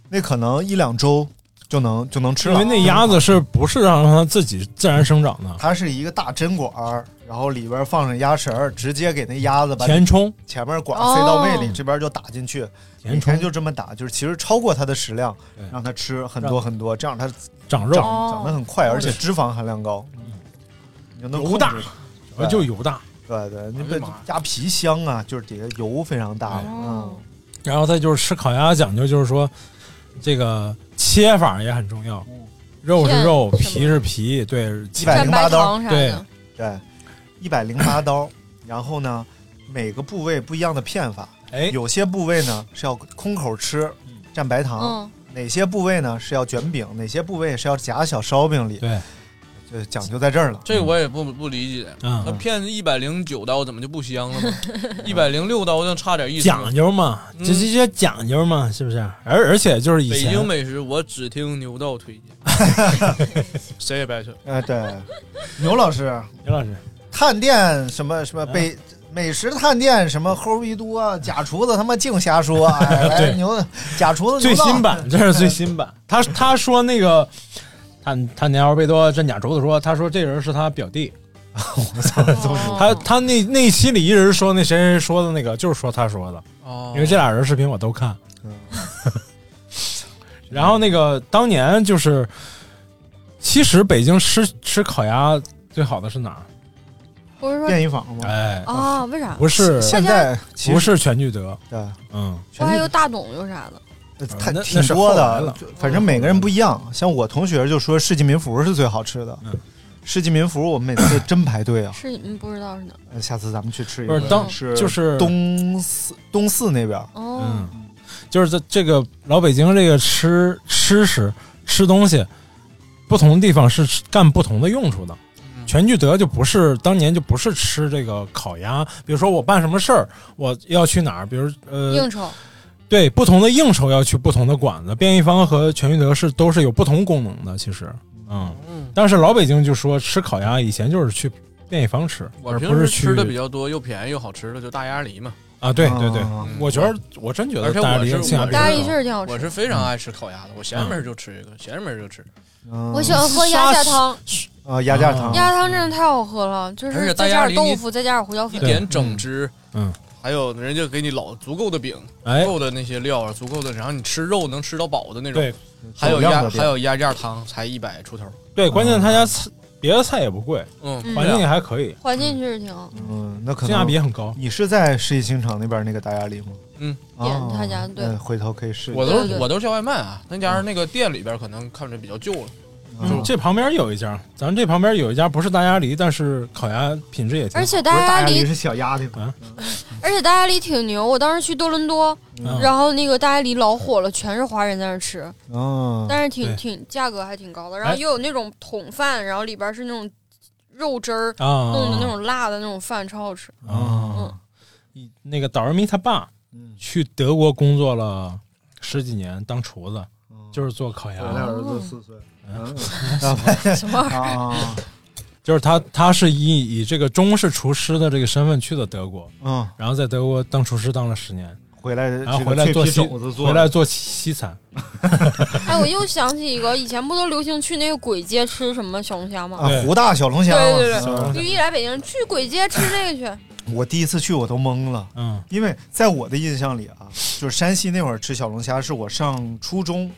I: 那可能一两周就能就能吃
K: 因
I: 了。
K: 为那鸭子是不是啊让它自己自然生长的？
I: 它是一个大针管儿，然后里边放上鸭食儿，直接给那鸭子把
K: 填充，
I: 前面管
K: 哦
I: 塞到胃里，这边就打进去，
K: 填充
I: 每天就这么打，就是其实超过它的食量，让它吃很多
K: 让
I: 很多，这样它
K: 长肉
I: 长长得很快，
K: 哦
I: 而且脂肪含量高，你就能
K: 油大
I: 控制它
K: 主要就油大。
I: 对对，那
K: 哎呀
I: 个
K: 妈呀
I: 鸭皮香啊，就是底下油非常大，嗯，
K: 然后再就是吃烤鸭讲究就是说，这个切法也很重要，肉是肉，皮是皮，对，
I: 嗯一百零八刀，
K: 对，
I: 对，啊一百零八刀。 然后呢，每个部位不一样的片法，
K: 哎，
I: 有些部位呢是要空口吃，蘸白糖；
J: 嗯
I: 哪些部位呢是要卷饼，哪些部位是要夹小烧饼里。
K: 对，
I: 就讲究在这儿了。
L: 这个我也不不理解，
K: 嗯
L: 那骗一百零九刀怎么就不香了呢？一百零六刀就差点意思了。
K: 讲究嘛，
L: 嗯
K: 这这些讲究嘛，是不是？啊而而且就是以
L: 北
K: 前
L: 京美食，我只听牛道推荐， 谁也别说。
I: 哎，对，牛老师，
K: 牛老师，啊
I: 探店什么什么北、美食探店什么齁逼多啊，假厨子他妈净 瞎说，哎，来
K: 对
I: 牛假厨子
K: 最
I: 牛道
K: 新 版，这是最新版。他他说那个，他他尼奥贝多真假竹子说，他说这人是他表弟。我操！
J: 哦
K: 他他那那一期里一直说那谁谁说的那个，就是说他说的。
L: 哦嗯
K: 因为这俩人视频我都看。 然后那个当年就是，其实北京吃吃烤鸭最好的是哪儿？
J: 不是说
I: 便宜坊
L: 哦
I: 吗？
K: 哎
J: 啊？为啥？
K: 不是
J: 大家
K: 不是全聚德，
I: 对，
K: 嗯，
J: 我还有大董有啥的？。
I: 它
K: 呃那
I: 挺
K: 那是
I: 多
K: 后来
I: 的
K: 了，
I: 就反正每个人不一样。像我同学就说世纪民福是最好吃的，
K: 嗯
I: 世纪民福我们每次真排队啊
J: 是嗯，不知道是哪儿？
I: 呃下次咱们去吃一
K: 不
I: 个
K: 是，当
I: 是
K: 就是
I: 东四东四那边儿，
J: 哦，
K: 嗯，就是这这个老北京这个吃吃食吃东西，不同地方是吃干不同的用处的。全聚德就不是当年就不是吃这个烤鸭，啊比如说我办什么事儿，我要去哪儿，比如呃
J: 应酬
K: 对，不同的应酬要去不同的馆子，便宜坊和全聚德是都是有不同功能的，其实，嗯，但是老北京就说吃烤鸭以前就是去便宜坊吃，
L: 我
K: 而
L: 平
K: 不
L: 时
K: 是去
L: 吃的比较多，又便宜又好吃的，就大鸭梨嘛。
K: 啊，对对对，
L: 嗯
K: 我觉得我真觉得
L: 而且
K: 大
L: 我
K: 理
L: 是
K: 性价
L: 我
K: 比
J: 大
K: 很
J: 鸭梨
K: 高嗯
J: 确实挺好吃
L: 我是非常爱吃烤鸭的，我闲没儿就吃一个，闲没儿就吃。
J: 我喜欢喝鸭架汤，
I: 嗯啊，鸭架汤，
J: 鸭架汤真的太好喝了，就
L: 而且
J: 是
L: 大
J: 再
L: 鸭
J: 加
L: 梨
J: 点
L: 你
J: 豆腐，再加点胡椒
L: 一
J: 粉，
L: 点整汁，
K: 嗯，
L: 还有人家给你老足够的饼，
K: 哎
L: 足够的那些料啊，足够的，然后你吃肉能吃到饱的那种。
K: 对
L: 还有
K: 少量
L: 鸭
K: 的饼
L: 还有鸭架汤，才一百出头。
K: 对，关键他家菜别的菜也不贵，
L: 嗯
K: 环
I: 啊
K: 境也还可以，
J: 环境确实挺好。
I: 嗯，那可能
K: 性价比很高。
I: 你是在世纪新城那边那个大鸭梨吗？
L: 嗯
I: 啊，
J: 点他家对
I: 那回头可以试一下。
L: 我都是我都是叫外卖啊，那家那个店里边可能看着比较旧了。
K: 嗯这旁边有一家，咱这旁边有一家不是大鸭梨，但是烤鸭品质也挺好。
J: 而且大鸭梨不是大鸭梨是
I: 小鸭的
K: 啊，
J: 而且大鸭梨挺牛，我当时去多伦多，
K: 嗯
J: 然后那个大鸭梨老火了，全是华人在那儿吃，
K: 啊
I: 嗯
J: 但是挺
K: 对
J: 挺价格还挺高的。然后
K: 哎
J: 又有那种桶饭，然后里边是那种肉汁儿
K: 啊
J: 弄的那种辣的那种饭，超好吃。
I: 哦
J: 嗯
K: 啊，一那个导人迷他爸
D: 嗯
K: 去德国工作了十几年，当厨子，就是做烤鸭。
D: 哦我的儿子四岁，嗯
J: 什么 玩意儿
D: 啊
K: 就是他，他是以以这个中式厨师的这个身份去的德国，
I: 嗯，
K: 然后在德国当厨师当了十年，
D: 回来
K: 然后
D: 这个
K: 回来
D: 脆
K: 做
D: 皮
K: 西
D: 肘子做
K: 回
D: 的
K: 来做西西餐，
J: 哎，我又想起一个，以前不都流行去那个簋街吃什么小龙虾吗？
I: 啊对湖大小龙虾嘛
J: 对对
I: 小龙
J: 对，
I: 虾
J: 就一来北京去簋街吃这个去。
I: 我第一次去我都懵了，
K: 嗯，
I: 因为在我的印象里啊，就是山西那会儿吃小龙虾，是我上初中、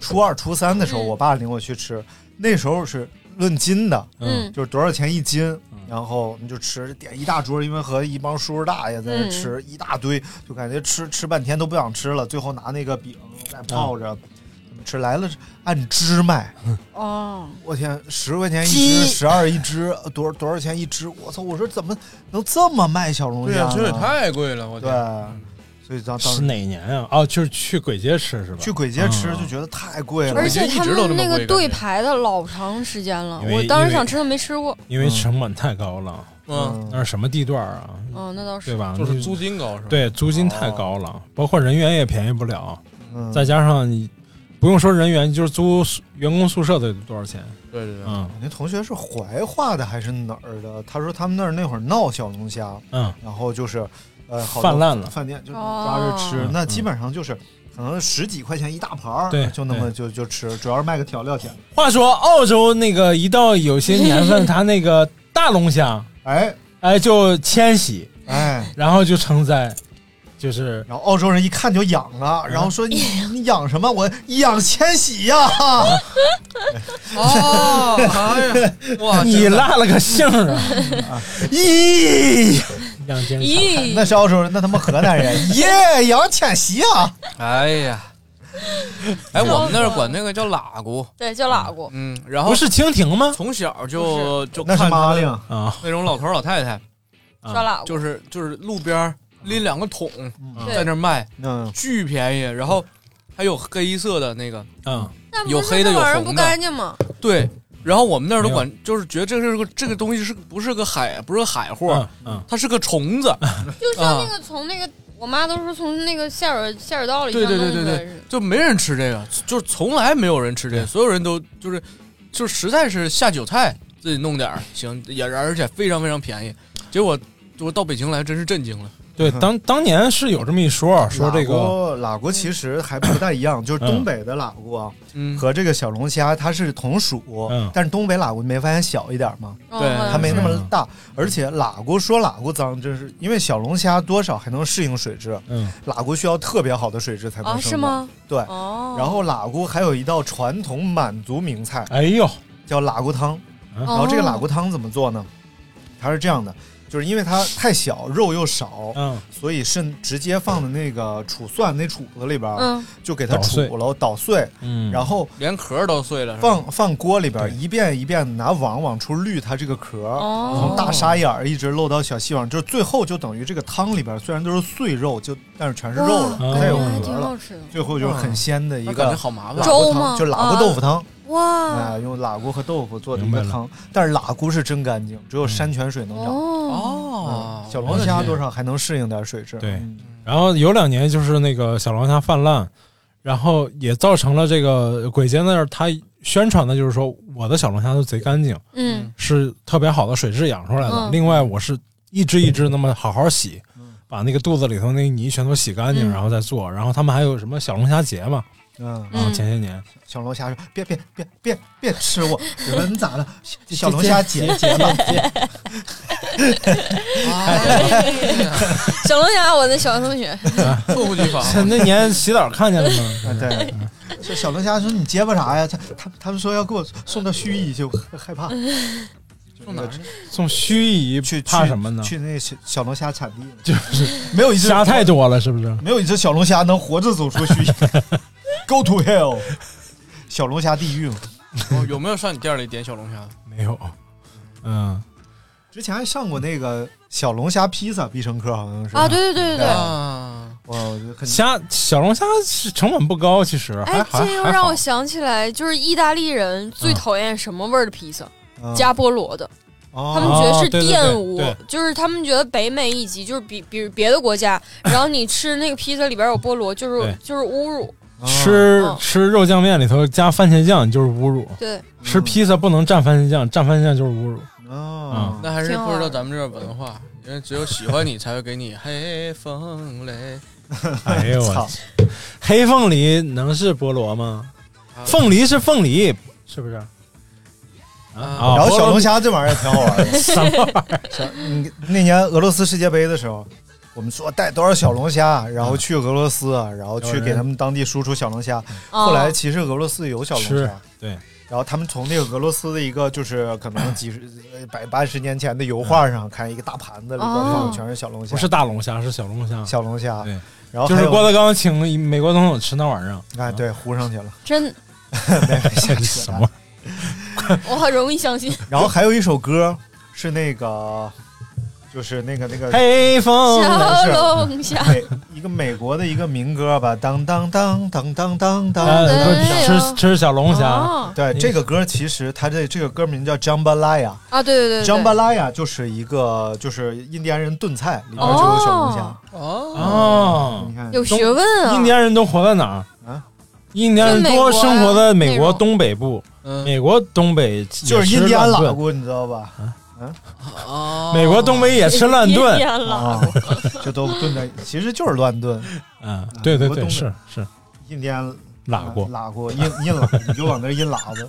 I: 初二、初三的时候，我爸领我去吃，那时候是论斤的，
C: 嗯
I: 就是多少钱一斤，然后你就吃，点一大桌，因为和一帮叔叔大爷在那吃、一大堆，就感觉吃吃半天都不想吃了，最后拿那个饼再泡着。吃来了，按只卖，
J: 哦，
I: 我天，十块钱一
J: 鸡
I: 只，十二一只，呃多少多少钱一只？我操！我说怎么能这么卖小龙
L: 对啊
I: 虾
L: 呀
I: 呢？，
L: 这也太贵了，我
I: 对啊
L: 天！，
I: 所以当当
K: 是哪年啊？哦，就是去簋街吃是吧？嗯
I: 去簋街吃就觉得太贵了，
J: 而且他们那个队排的老长时间了，
K: 因为
J: 我当时想吃都没吃过。
K: 因为成本太高了。
L: 嗯，
K: 那是什么地段啊？
J: 嗯，那倒是。
K: 对吧？
L: 就是租金高是吧？
K: 对，租金太高了，包括人员也便宜不了。
I: 嗯
K: 再加上你不用说人员，就是租宿员工宿舍得多少钱？
L: 对对对，
K: 嗯，
I: 我那同学是怀化的还是哪儿的？他说他们那儿那会儿闹小龙虾，
K: 嗯，
I: 然后就是呃好多
K: 泛滥了
I: 饭店就
J: 哦
I: 抓着吃，
K: 嗯
I: 那基本上就是可能十几块钱一大盘儿，
K: 对
I: 就那么
K: 对
I: 就就吃，主要是卖个调料钱。
K: 话说澳洲那个一到有些年份，它那个大龙虾，
I: 哎
K: 哎就迁徙，
I: 哎，
K: 然后就成灾，就是
I: 然后澳洲人一看就痒啊，然后说你
J: 嗯
I: 你养什么？我养千玺呀、
L: 哦，哎呀，哇，
K: 你落了个姓儿啊！
I: 咦，
K: 两斤
J: 咦
I: 那是澳洲人，那他妈河南人，耶，杨千玺啊！
L: 哎 呀，哎，我们那儿管那个叫喇蛄，
J: 对，叫喇蛄。
L: 嗯，然后
K: 不是蜻蜓吗？
L: 从小就就
I: 那是
L: 看他
I: 麻
L: 们
I: 令
K: 啊，
L: 那种老头老太太，
J: 抓喇蛄
L: 就是就是路边儿拎两个桶
J: 对
L: 在那儿卖，
I: 嗯，
L: 巨便宜，然后还有黑色的那个，
K: 嗯，
J: 那不
L: 有
J: 是
L: 黑的
J: 那
L: 有
J: 玩意儿不
L: 红
J: 干
L: 的，
J: 净吗？
L: 对。然后我们那儿都管，就是觉得这是个这个东西是不是个海，不是个海货，
K: 嗯嗯
L: 它是个虫子，
J: 就像那个从那个，我妈都说从那个下水下水道里这
L: 对
J: 样
L: 对对
J: 弄出
L: 对
J: 来
L: 对
J: 似的。，
L: 就没人吃这个，就是从来没有人吃这个，所有人都就是就实在是下酒菜自己弄点儿行，也而且非常非常便宜。结果我到北京来真是震惊了，
K: 对，当当年是有这么一说，说这个嗯
I: 喇蛄喇蛄其实还不太一样，就是东北的喇蛄啊
L: 嗯，
I: 和这个小龙虾它是同属
K: 嗯，
I: 但是东北喇蛄你没发现小一点吗？
J: 嗯对
I: 它没那么大，而且喇蛄说喇蛄脏，就是因为小龙虾多少还能适应水质，
K: 嗯，
I: 喇蛄需要特别好的水质才能
J: 啊
I: 生长
J: 是吗？
I: 对，
J: 哦
I: 然后喇蛄还有一道传统满族名菜，
K: 哎呦，
I: 叫喇蛄
J: 哦
I: 汤。
K: 嗯
I: 然后这个喇蛄汤怎么做呢？它是这样的，就是因为它太小，肉又少，
K: 嗯，
I: 所以是直接放的那个杵蒜那杵子里边儿，
J: 嗯
I: 就给它
K: 捣碎
I: 杵了捣碎，
K: 嗯
I: 然后
L: 连壳儿都碎了，是吧
I: 放放锅里边儿，一遍一遍地拿网往出滤它这个壳儿，
J: 哦
I: 啊从大沙眼儿一直漏到小细网，就是最后就等于这个汤里边儿虽然都是碎肉，就但是全是肉了，
K: 哇
J: 哦
I: 它有
K: 感觉还
I: 壳
J: 挺好
I: 了
J: 吃的，
I: 最后就是
J: 哦
I: 很鲜的一
L: 那
I: 个
L: 感觉好麻烦
I: 喇
J: 粥
I: 蛄
J: 吗啊
I: 汤，就喇蛄豆腐汤。
J: 哇，
I: 哎，用喇蛄和豆腐做的一
K: 明
I: 个
K: 白了嗯
I: 汤，但是喇蛄是真干净，只有山泉水能长。
L: 啊
J: 哦，
L: 哦。
I: 小龙虾多少还能适应点水质。
K: 对
I: 嗯
K: 然后有两年就是那个小龙虾泛滥，然后也造成了这个鬼街那儿他宣传的就是说我的小龙虾都贼干净，
J: 嗯，
K: 是特别好的水质养出来的。
J: 嗯
K: 另外我是一只一只那么好好洗，
I: 嗯
K: 把那个肚子里头那泥全都洗干净，
J: 嗯
K: 然后再做。然后他们还有什么小龙虾节嘛？
I: 嗯，
K: 然后
J: 嗯
K: 前些年
I: 小龙虾说：“别别别别别吃 我！”我说：“你咋了？小小龙虾姐 姐吧，
J: 小龙虾，我的小学同学，
L: 猝不及防，啊
K: 那年洗澡看见了吗？
I: 对。”这 小龙虾说：“你结巴啥呀？”他他他们说要给我送到盱眙去，我害怕。
L: 送哪儿去？
K: 送盱眙
I: 去
K: 怕
I: 去
K: 什么呢？
I: 去那个小小龙虾产地，
K: 就是
I: 没有一只
K: 虾太多了，是不是？
I: 没有一只小龙虾能活着走出盱眙。Go to hell，小龙虾地狱嘛。
L: 哦有没有上你店里点小龙虾？
K: 没有，嗯，
I: 之前还上过那个小龙虾披萨必胜客，好像是
J: 啊，对对对对对，
L: 啊，
I: 哇，我就很
K: 虾小龙虾是成本不高，其实还
J: 哎，
K: 还
J: 这又
K: 还
J: 让
K: 好
J: 我。想起来，就是意大利人最讨厌什么味儿的披萨？
I: 嗯哦
J: 加菠萝的，他们觉得是
K: 哦对对对
J: 玷污，
K: 对
J: 就是他们觉得北美以及就是比比别的国家，然后你吃那个披萨里边有菠萝，就是
K: 对
J: 就是侮辱，
I: 哦
K: 吃、
J: 嗯
K: 吃肉酱面里头加番茄酱就是侮辱，
J: 对，
K: 吃披萨不能蘸番茄酱，蘸番茄酱就是侮辱。啊
L: 哦那还是
J: 挺好
L: 不知道咱们这儿文化，因为只有喜欢你才会给你黑风雷。
K: 哎呦我
L: 操，
K: 黑凤梨能是菠萝吗
L: 啊？
K: 凤梨是凤梨，是不是？啊
I: 呃然后
K: 菠
I: 小
K: 萝
I: 龙虾这玩意儿挺好玩 的，
K: 什么玩意儿？
I: 小你那年俄罗斯世界杯的时候，我们说带多少小龙虾，然后去俄罗斯，啊然后去给他们当地输出小龙虾。
K: 哦
I: 后来其实俄罗斯有小龙
K: 是
I: 虾，
K: 对。
I: 然后他们从那个俄罗斯的一个就是可能几十呃百八十年前的油画上看一个大盘子里边
K: 哦
I: 放的全是小龙虾，
K: 不是大龙虾，是小龙虾。
I: 小龙虾。
K: 对，
I: 然后
K: 就
I: 还
K: 是
I: 有
K: 郭德纲请美国总统吃那玩意儿。啊
I: 哎，对，糊上 去了。
J: 真
K: 什么玩意儿？
J: 我很容易相信。
I: 然后还有一首歌是那个，就是那个那个
K: 黑风
I: 嗯
J: 小龙虾
I: 美一个美国的一个民歌吧，当当当当当当当，
K: 呃说吃吃小龙
I: 哎
K: 虾哦
I: 对，这个歌其实它这这个歌名叫 Jambalaya。
J: 啊，对对对对
I: Jambalaya 就是一个就是印第安人炖菜，里边就有小龙虾。嗯
K: 哦，
J: 有学问啊
K: 东印第安人都活在哪儿
I: 啊？
K: 印第安人多生活在美国东北部，
L: 嗯
K: 美国东北
I: 就是印第安
K: 老
I: 喇蛄，你知道吧？嗯，
K: 美国东北也
J: 哦
K: 吃乱炖 印第安
I: 啊，就都炖在，其实就是乱炖。啊
K: 嗯，对对
I: 美国
K: 对，
I: 东北
K: 是是。
I: 印第安
K: 喇蛄
I: 喇蛄，印印喇，你就往那儿印喇 子。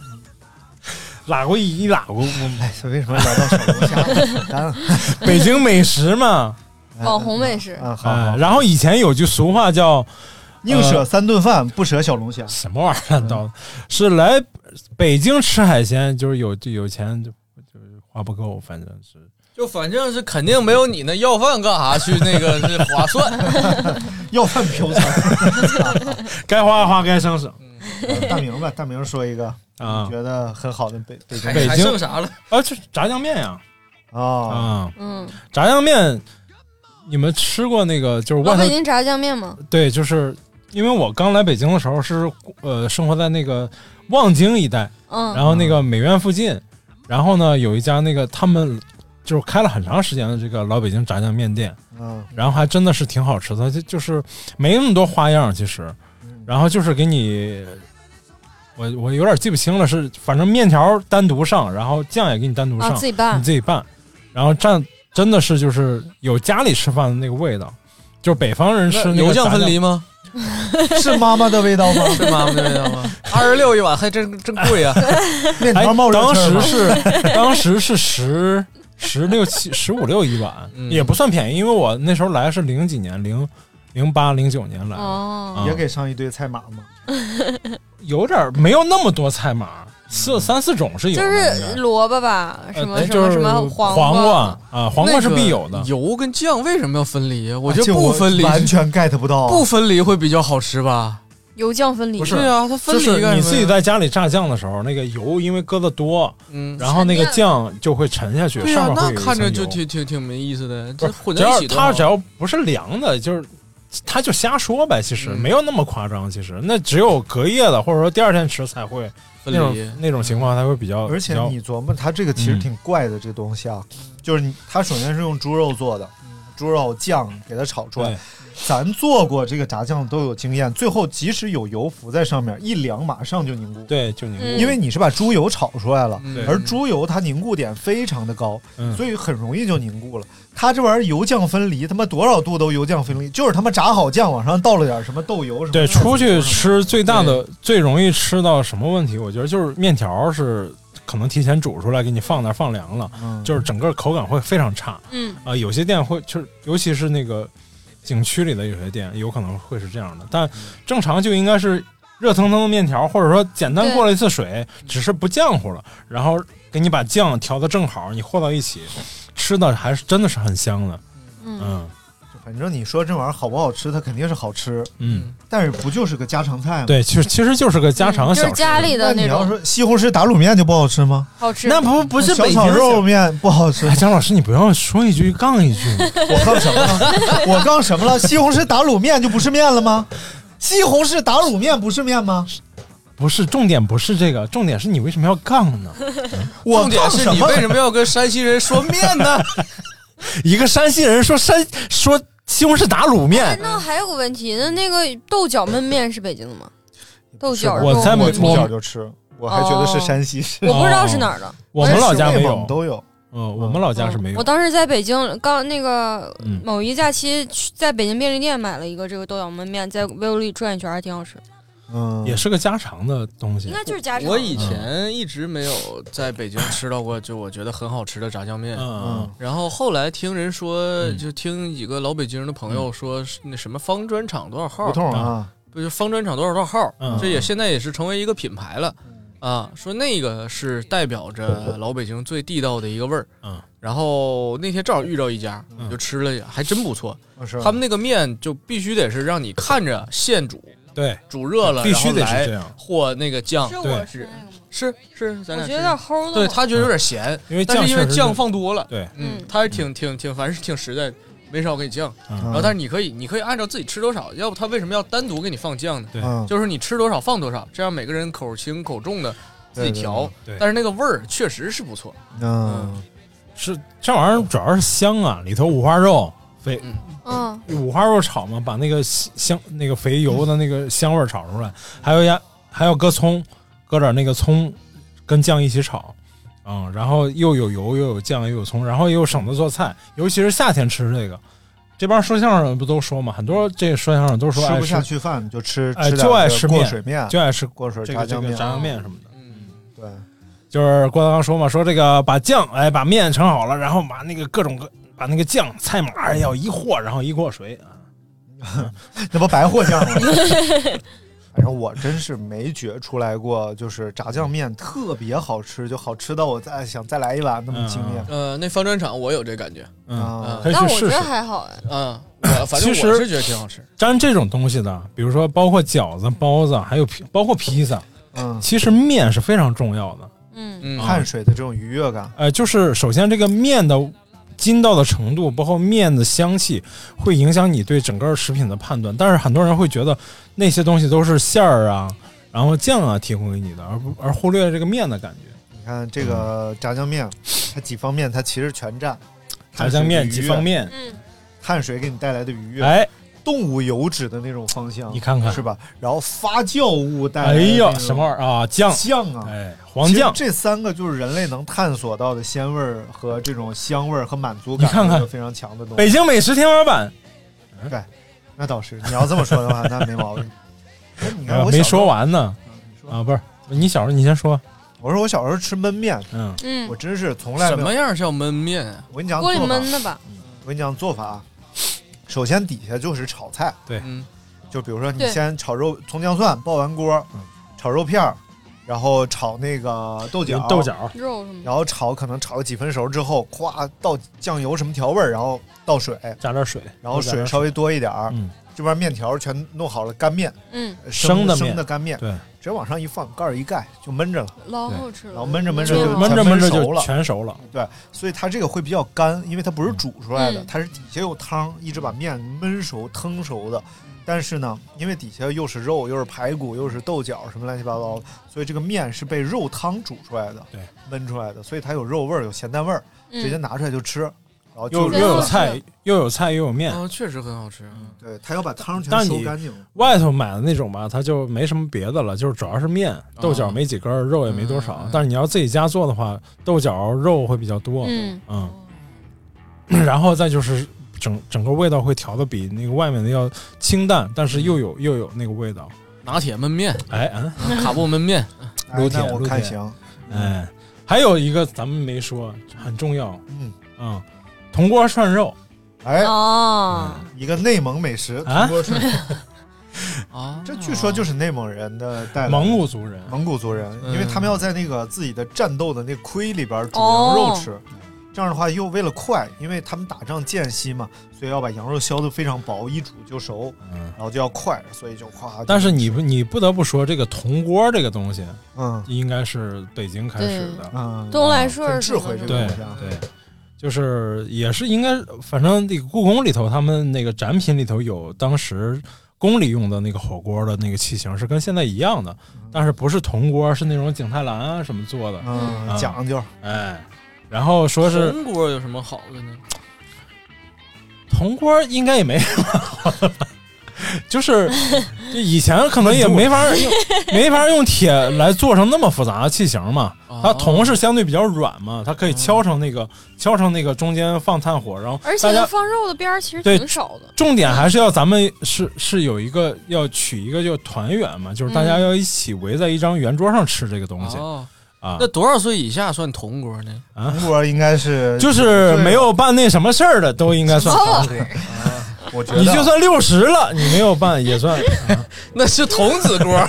K: 喇蛄一喇蛄，
I: 我为什么聊到小龙虾？咱
K: 北京美食嘛，
J: 网哦红美食，
I: 啊，好，
K: 哎，然后以前有句俗话叫“
I: 宁舍三顿饭，不舍小龙虾”，嗯
K: 什么玩意儿啊？都是来北京吃海鲜，就是有有钱就就是花不够，反正是
L: 就反正是肯定没有你那要饭干啥去那个是划 算，
I: 要饭飘餐，
K: 该花花该省 省。
I: 嗯大明吧，大明说一个
K: 啊
I: 你觉得很好的北北京
K: 北京
L: 了？
K: 啊，这炸酱面呀！
I: 啊
K: 啊，
J: 嗯
K: 炸酱面，你们吃过那个就是
J: 老
K: 外头
J: 北京炸酱面吗？
K: 对，就是因为我刚来北京的时候是呃生活在那个望京一带，
J: 嗯
K: 然后那个美院附近，然后呢有一家那个他们就是开了很长时间的这个老北京炸酱面店，
I: 嗯，
K: 然后还真的是挺好吃的，就就是没那么多花样其实，
L: 嗯
K: 然后就是给你。我我有点记不清了，是反正面条单独上，然后酱也给你单独上，
J: 啊自己拌
K: 你自己拌，然后蘸真的是就是有家里吃饭的那个味道，就是北方人吃
L: 那
K: 那个
L: 油酱
K: 炸
L: 分离吗？
I: 是妈妈的味道吗？
L: 是妈妈的味道吗？二十六一碗还真真贵 啊！
I: 面
K: 哎，
I: 条冒热
K: 当
I: 气儿
K: 时
I: 吗
K: 是当时是十十六七十五六一碗，
L: 嗯
K: 也不算便宜，因为我那时候来是零几年，零零八零九年来的，
J: 哦
K: 啊
I: 也给上一堆菜码吗？
K: 有点儿没有那么多菜码，四三四种是有
J: 就
K: 的，
J: 是萝卜吧，什么
K: 呃
J: 什
K: 就
J: 么
K: 是
J: 什么
K: 黄
J: 瓜
K: 瓜啊黄瓜是必有的
L: 那个油跟酱为什么要分离？我觉
I: 这
L: 得不分离，
I: 完全 get 不 到。
L: 不分离会比较好吃吧？
J: 油酱分离，
K: 不是
L: 啊，它分离
K: 就是
L: 干
K: 你
L: 什么
K: 自己
L: 呀
K: 在家里炸酱的时候，那个油因为搁的多，
L: 嗯
K: 然后那个酱就会沉下去，
L: 对
K: 上
L: 呀，
K: 面会有
L: 那
K: 一层
L: 看着就
K: 油
L: 挺挺挺没意思的，
K: 不
L: 这
K: 是
L: 混
K: 只
L: 在一
K: 要
L: 起多好
K: 他只要不是凉的，就是他就瞎说呗。其
L: 嗯
K: 实、没有那么夸张，其实那只有隔夜的或者说第二天吃才会
I: 分
K: 那种
I: 离
L: 嗯
K: 那种情况才会比较。
I: 而且
K: 比较
I: 你琢磨，它这个其实挺怪的，这东西啊，
L: 嗯
I: 就是你它首先是用猪肉做的，猪肉酱给它炒出来
K: 对。
I: 咱做过这个炸酱都有经验，最后即使有油浮在上面，一凉马上就凝固。
K: 对，就凝固
J: 嗯
I: 因为你是把猪油炒出来了，
K: 嗯
I: 而猪油它凝固点非常的高，
K: 嗯
I: 所以很容易就凝固了。它这玩意儿油酱分离，他妈多少度都油酱分离，就是他妈炸好酱往上倒了点什么豆油什么。
K: 对出
L: 嗯
K: 去吃最大的最容易吃到什么问题？我觉得就是面条是可能提前煮出来给你放那儿放凉了，
I: 嗯
L: 嗯
K: 就是整个口感会非常差。
J: 嗯
K: 啊、有些店会就是，尤其是那个景区里的有些店，有可能会是这样的。但正常就应该是热腾腾的面条，或者说简单过了一次水，只是不浆糊了，然后给你把酱调的正好，你和到一起，吃的还是真的是很香的。嗯
I: 反正你说这玩意儿好不好吃，它肯定是好吃，
K: 嗯，
I: 但是不就是个家常菜吗？
K: 对，其实其实就是个家常
I: 嗯
K: 小
I: 就是
K: 吃，
J: 家里的
I: 那你
J: 种
I: 要说西红柿打卤面就不好吃吗？
J: 好吃。
K: 那不不是
I: 小
K: 北
I: 炒
K: 京
I: 肉面不好吃。
K: 哎，张老师，你不要说一句杠一句。
I: 我杠什么了？我杠什么了？西红柿打卤面就不是面了吗？西红柿打卤面不是面吗？
K: 不是重点，不是这个，重点是你为什么要杠呢？我
L: 重点
K: 杠
L: 是你
K: 啊什么
L: 为什么要跟山西人说 面呢？
K: 一个山西人说山说西红柿打卤面，
J: 那还有个问题，那那个豆角焖面是北京的吗？豆角肉
K: 我在
J: 焖
K: 我
J: 面
K: 从小
I: 就吃，我还觉得是山西式，
J: 哦我不知道是哪儿的
K: 我们老家没
I: 内
K: 有
I: 蒙，都有。
K: 嗯，我们老家是没有
J: 我。当时在北京刚那个
K: 嗯
J: 某一假期去在北京便利店买了一个这个豆角焖面，在围炉里转一圈还挺好吃。
I: 嗯，
K: 也是个家常的东西，
J: 应该就是家常
L: 我以前一直没有在北京吃到过，就我觉得很好吃的炸酱面。
K: 嗯，
L: 然后后来听人说，就听几个老北京的朋
K: 嗯
L: 友说，是那什么方专场多少号
I: 胡同啊，
L: 不就方专场多少多少号
I: 嗯，
L: 这也现在也是成为一个品牌了。
K: 嗯
L: 啊，说那个是代表着老北京最地道的一个味儿，
K: 嗯，
L: 然后那天正好遇到一家，就吃了一下，还真不错
I: 啊是。
L: 他们那个面就必须得是让你看着现煮，
K: 对，
L: 煮热了
K: 必须得
L: 然后来
K: 是这样
L: 和那个酱，
J: 是我
L: 对，
J: 吃
L: 是是，咱
J: 嗯
L: 俩
J: 我觉
L: 吃
J: 得有点齁的
L: 对
J: 嘛
L: 他觉得有点咸，
K: 嗯因为
L: 但
K: 酱
L: 是因为
K: 确实是
L: 酱放多了，
K: 对
L: 嗯，他还挺挺挺，反正挺实在，没少给你酱。
K: 嗯
L: 然后但是你可以你可以按照自己吃多少，要不他为什么要单独给你放酱呢？
K: 对
I: 嗯
L: 就是你吃多少放多少，这样每个人口轻口重的自己
I: 对对
L: 调
K: 对对。
L: 但是那个味儿确实是不错，
I: 嗯，
K: 是这玩意儿主要是香啊，里头五花肉肥，
J: 嗯，
K: 五花肉炒嘛，把那个香那个肥油的那个香味儿炒出来，还有呀，还要搁葱，搁点那个葱跟酱一起炒，嗯，然后又有油又有酱又有葱，然后又省得做菜，尤其是夏天吃这个。这帮说相声的不都说嘛，很多这说相声都说
I: 吃
K: 爱
I: 不
K: 吃
I: 下去饭就吃，
K: 哎，
I: 吃点
K: 就爱
I: 这个
K: 吃
I: 过
K: 面，
I: 水面，
K: 就爱吃
I: 过水
K: 这
I: 炸
K: 个这
I: 酱
K: 个
I: 面，啊
K: 炸酱面什么的。
I: 对，
K: 就是郭德纲说嘛，说这个把酱，哎，把面盛好了，然后把那个各种各把那个酱菜码儿要一和，然后一过水啊。
I: 那不白和酱 吗？反正我真是没觉出来过，就是炸酱面特别好吃，就好吃到我再想再来一碗那么啊惊艳。
L: 呃，那方专场我有这感觉，
K: 嗯
L: 嗯，
K: 可以
J: 但
K: 去
J: 我觉
K: 试试
J: 得。还好哎。
L: 嗯，我反正
K: 其
L: 我
K: 实啊
L: 是觉得挺好吃。
K: 沾这种东西的，比如说包括饺子、包子，还有披包括披萨，
I: 嗯，
K: 其实面是非常重要的。
L: 嗯
I: 汗水的这种愉悦感，
K: 呃，就是首先这个面的筋道的程度，包括面的香气，会影响你对整个食品的判断。但是很多人会觉得那些东西都是馅儿啊，然后酱啊提供给你的，而不而忽略这个面的感觉。
I: 你看这个
K: 嗯
I: 炸酱面，它几方面它其实全占，
K: 炸酱面
I: 碳水的愉
K: 几
I: 悦
K: 方面，
J: 嗯
I: 碳水给你带来的愉悦，
K: 哎，
I: 动物油脂的那种芳香，
K: 你看看
I: 是吧？然后发酵物带来
K: 哎
I: 的那种
K: 呀，什么玩意儿啊？酱
I: 酱啊，
K: 哎，黄酱
I: 其实这三个就是人类能探索到的鲜味儿和这种香味儿和满足感，
K: 你看看
I: 都是非常强的东西。嗯
K: 北京美食天花板。
I: 对，那倒是，你要这么说 的话，那没毛病。哎你看
K: 呃
I: 我
K: 没
I: 小时候
K: 说，完呢，
I: 嗯
K: 啊，不是你小时候，你先说，
I: 我说我小时候吃焖面，
K: 嗯
J: 嗯
I: 我真是从来没有
L: 什么样叫焖面啊？
I: 我跟你讲
J: 锅里
I: 做法
J: 焖的吧，
I: 我跟你讲做法啊，首先底下就是炒菜，
K: 对，
L: 嗯
I: 就比如说你
J: 对
I: 先炒肉，葱姜蒜爆完锅，
K: 嗯
I: 炒肉片儿，然后炒那个豆角，
K: 豆角，
J: 肉什么的。
I: 然后炒可能炒个几分熟之后，咵倒酱油什么调味儿，然后倒水，
K: 加点水，
I: 然后
K: 多加点
I: 水稍微多一点儿
K: 嗯，
I: 这边面条全弄好了干面，
J: 嗯
I: 生
K: 生的面
I: 生的干面，
K: 对，
I: 直接往上一放，盖儿一盖就焖着了。
J: 老好吃了，
I: 然后焖着焖着
J: 对
I: 就
J: 吗
K: 焖着焖着就
I: 熟了
K: 全熟了。
I: 对，所以它这个会比较干，因为它不是煮出来的，
J: 嗯
I: 它是底下有汤，一直把面焖熟、腾熟的。但是呢，因为底下又是肉，又是排骨，又是豆角，什么乱七八糟的，所以这个面是被肉汤煮出来的，
K: 对，
I: 焖出来的，所以它有肉味儿，有咸淡味儿，
J: 嗯
I: 直接拿出来就吃，然后就
K: 又又有菜，哎又有菜又有面。
L: 嗯，确实很好吃。
I: 对，它要把汤全
K: 但
I: 收
K: 你
I: 干净。
K: 外头买的那种吧，它就没什么别的了，就是主要是面，豆角没几根儿，肉也没多少。但是你要自己家做的话，豆角肉会比较多，嗯
J: 嗯
K: 然后再就是整整个味道会调的比那个外面的要清淡，但是又有又有那个味道。
L: 拿铁焖面，
K: 嗯哎，嗯
L: 卡布焖 面，
K: 撸铁
I: 那我
K: 撸
I: 看
K: 铁
I: 行，
K: 哎，还有一个咱们没说，很重要，
I: 嗯
K: 嗯，铜锅涮肉，
I: 哎，
J: 哦，
I: 一个内蒙美食
K: 啊
I: 铜锅涮肉，
L: 啊，
I: 这据说就是内蒙人的带来的
K: 蒙古族人，
I: 蒙古族人，
K: 嗯
I: 因为他们要在那个自己的战斗的那盔里边煮羊肉吃，
J: 哦
I: 这样的话又为了快，因为他们打仗间隙嘛，所以要把羊肉削得非常薄，一煮就熟，
J: 嗯
I: 然后就要快，所以就夸。
K: 但是你不你不得不说，这个铜锅这个东西，
I: 嗯，
K: 应该是北京开始的，
I: 嗯
J: 东来顺
I: 很
J: 儿
I: 智慧这个
K: 对
I: 啊国家，
K: 对，就是也是应该，反正那个故宫里头，他们那个展品里头有当时宫里用的那个火锅的那个器型是跟现在一样的，但是不是铜锅，是那种景泰蓝啊什么做的，
I: 嗯
K: 啊
I: 讲究。
K: 哎，然后说是
L: 铜锅有什么好的呢？
K: 铜锅应该也没什么好的吧， 就是就以前可能也没法 用没法用铁来做成那么复杂的器型嘛。它铜是相对比较软嘛，它可以敲成那个
I: 嗯
K: 敲成那个中间放炭火，然后
J: 而且
K: 大
J: 它
K: 家
J: 放肉的边儿其实
K: 对
J: 挺少的，
K: 重点还是要咱们是是有一个要取一个叫团圆嘛，就是大家
J: 嗯
K: 要一起围在一张圆桌上吃这个东西
L: 哦，
K: 啊
L: 那。多少岁以下算铜锅呢？
K: 啊
I: 中国应该是
K: 就是没有办那什么事儿的都应该算
L: 哦
K: 铜锅。
I: 我觉
L: 得
K: 你就算六十了，你没有办也算。
L: 那是童子锅。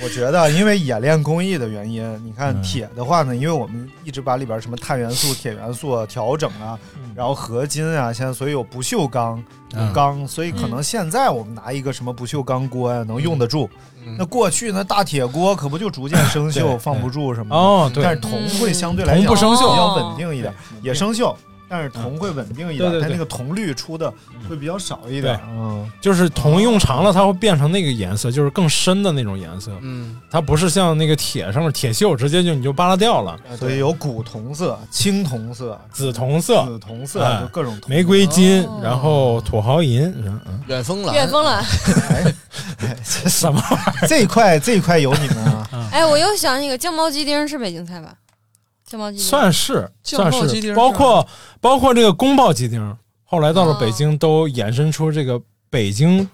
I: 我觉得，因为冶炼工艺的原因，你看铁的话呢，因为我们一直把里边什么碳元素、铁元素调整啊，然后合金啊，现在所以有不锈钢、
K: 嗯
I: 有钢，所以可能现在我们拿一个什么不锈钢锅呀、能用得住。那过去那大铁锅可不就逐渐生
K: 对
I: 锈、放不住什么的？
K: 哦对
I: 嗯但是铜会相对来讲
K: 铜不生锈
I: 比较稳定一点，也生锈，但是
K: 嗯
I: 铜会稳定一
K: 对对
I: 点，它
K: 对
I: 那个铜率出的会比较少一
K: 对
I: 点。，嗯，
K: 就是铜用长了，它会变成那个颜色，就是更深的那种颜色。
L: 嗯，
K: 它不是像那个铁上面铁锈直接就你就扒拉掉了，
I: 所以有古铜色、青铜色、
K: 紫铜色、
I: 紫铜色
K: 哎
I: 就各种铜
K: 玫瑰金，然后土豪银，嗯嗯
L: 远峰蓝，
J: 远峰蓝。
K: 什么玩意儿？
I: 哎这一块这一块有你们 啊！
J: 哎，我又想起个酱爆鸡丁是北京菜吧？酱爆鸡丁
K: 算是
J: 酱爆
K: 算
J: 鸡丁
K: 是，
J: 是
K: 包括包括这个宫爆鸡丁，后来到了北京都衍生出这个北京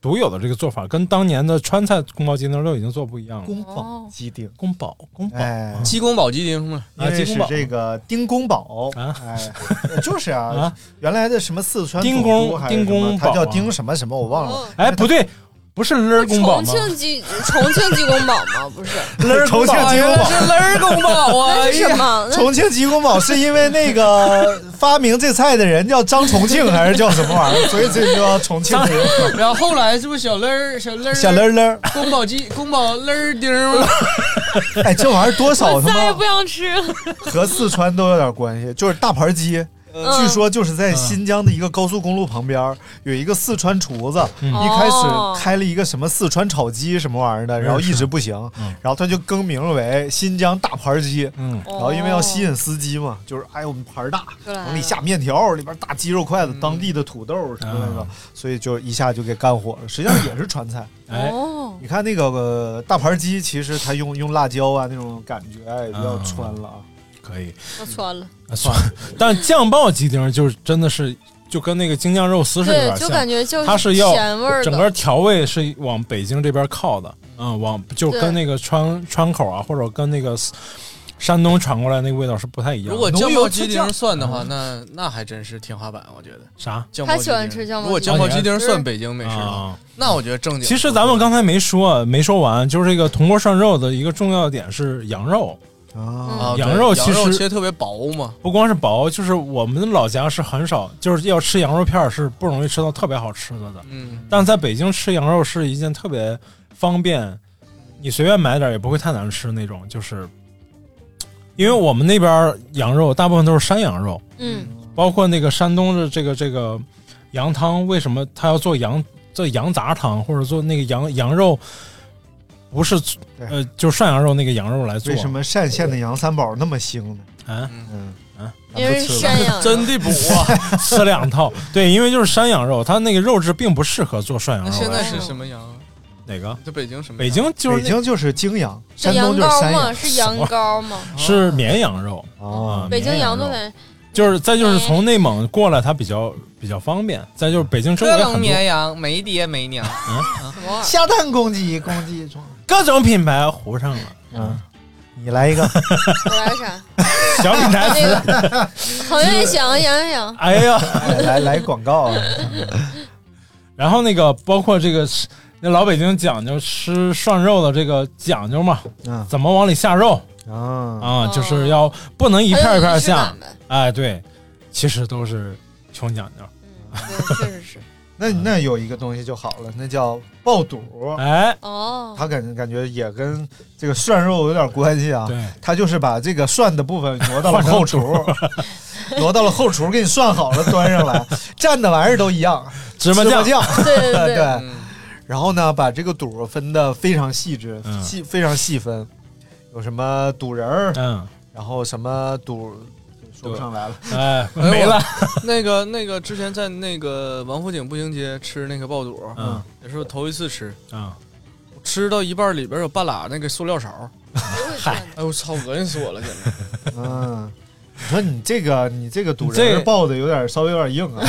K: 独有的这个做法，跟当年的川菜宫爆鸡丁都已经做不一样了。
I: 宫保鸡丁，
K: 宫保宫
I: 保，哎，
L: 鸡公煲鸡丁是吗？
I: 因为
K: 啊
I: 是这个丁公宝，哎，就 是啊，原来的什么四川
K: 丁
I: 总督
K: 公
I: 还是什
K: 丁
I: 么
K: 公
I: 它叫
K: 宝啊
I: 丁什么什么，我忘了。
K: 哎，不对，不是勒儿宫保
J: 哦重
K: 吗？
J: 庆鸡，重庆鸡公煲吗？不是，
I: 重庆鸡
K: 哦
I: 公宝
J: 那是什 么？那
I: 重庆鸡公煲是因为那个发明这菜的人叫张重庆还是叫什么玩意儿，所以这就叫重庆鸡公煲。
L: 然后后来是不是小勒儿、小勒儿、
I: 小勒儿勒儿
L: 宫保鸡、宫保勒儿丁儿吗？
I: 哎，这玩意儿多少他妈
J: 不想吃了。
I: 和四川都有点关系，就是大盘鸡。
L: 嗯
I: 据说就是在新疆的一个高速公路旁边儿，有一个四川厨子，
K: 嗯
I: 一开始
K: 哦
I: 开了一个什么四川炒鸡什么玩意儿的，
K: 嗯
I: 然后一直不行，然后他就更名为新疆大盘鸡。
K: 嗯，
I: 然后因为要吸引司机嘛，就是哎我们盘儿大，
K: 对
I: 往里下面条，里边大鸡肉筷子，当地的土豆什么
K: 嗯
I: 的，所以就一下就给干火了。实际上也是川菜。
K: 哎
J: 哦，
I: 你看那个、呃大盘鸡，其实它用用辣椒啊那种感觉也比
K: 嗯
I: 较川了啊。
K: 可以，
J: 我穿了，
K: 啊算了，但酱爆鸡丁就是真的是就跟那个京酱肉丝是有点
J: 对，
K: 像，
J: 就感觉就是
K: 它是要
J: 咸味儿的
K: 整个调味是往北京这边靠的，嗯，往就
J: 对
K: 跟那个川川口啊，或者跟那个山东传过来那个味道是不太一样的。
L: 如果酱爆鸡丁算的话，
K: 嗯
L: 那那还真是天花板，我觉得。
K: 啥？
L: 酱爆鸡丁
J: 他喜欢吃酱爆鸡丁
L: 如果酱爆鸡丁算北京美食的
K: 啊
L: 话，那我觉得正经。
K: 其实咱们刚才没说，没说完，就是这个铜锅涮肉的一个重要点是羊肉。
L: 啊，对
K: 羊
L: 羊
K: 肉其实
L: 切特别薄嘛，
K: 不光是薄，就是我们老家是很少，就是要吃羊肉片儿是不容易吃到特别好吃的的。
L: 嗯，
K: 但在北京吃羊肉是一件特别方便，你随便买点儿也不会太难吃那种。就是因为我们那边儿羊肉大部分都是山羊肉，
J: 嗯，
K: 包括那个山东的这个这个羊汤，为什么他要做羊做羊杂汤，或者做那个羊羊肉，不是呃就是涮羊肉那个羊肉来做？
I: 为什么单县的羊三宝那么腥呢？
K: 啊，
I: 嗯
K: 啊，
J: 因为是山羊肉
L: 真的补啊
K: 吃两套。哦对，因为就是山羊肉，它那个肉质并不适合做涮羊
L: 那
K: 肉来吃。
L: 现在
J: 嗯
L: 是什么羊？
K: 哪个？
L: 这北京什么
K: 北
L: 羊？
K: 京就是
I: 北京就是京羊，
J: 是羊羔吗？是羊羔 吗？
K: 是绵羊肉啊，
J: 北京
K: 绵
J: 羊
K: 羊
J: 都
K: 肉。
J: 得哎
K: 就是再就是从内蒙过来，它比较比较方便。再就是北京周围
L: 各
K: 很
L: 种
K: 多
L: 绵羊没爹没 娘，
J: 啊
I: 下蛋公鸡，公鸡装。
K: 各种品牌糊上了。
I: 嗯，你来一个，
J: 我来啥？
K: 小品台
J: 那
K: 词。
J: 个好愿意想羊羊，
K: 哎呀，
I: 来来广告、啊。
K: 然后那个包括这个吃，那老北京讲究吃涮肉的这个讲究嘛，
I: 嗯
K: 怎么往里下肉
I: 啊
K: 啊，
J: 哦
K: 就是要不能一片儿一片儿
I: 很
K: 下
I: 有仪式感呗，
K: 哎，对，其实都是穷讲究。
J: 嗯确实是。
I: 那那有一个东西就好了，那叫爆肚。
K: 哎，
J: 哦，
I: 他感感觉也跟这个涮肉有点关系啊。
K: 对，
I: 他就是把这个涮的部分挪到了后厨，挪到了后厨，给你涮好了端上来，蘸的玩意儿都一样，
K: 芝麻酱
I: 酱，
K: 对对对嗯
I: 对然后呢，把这个肚儿分的非常细致，
K: 嗯
I: 细非常细分，有什么肚仁儿，
K: 嗯，
I: 然后什么肚儿，说不上来了，
K: 哎
L: 哎呦。那个那个，之前在那个王府井步行街吃那个爆肚，
K: 嗯，
L: 也是我头一次吃，
K: 嗯，
L: 吃到一半里边有半拉那个塑料勺，
K: 嗨，
L: 哎呦我操，恶心死我了，简直。
I: 嗯， 你说你这个你这个肚
L: 你
I: 仁
L: 这
I: 儿爆的有点稍微有点硬啊，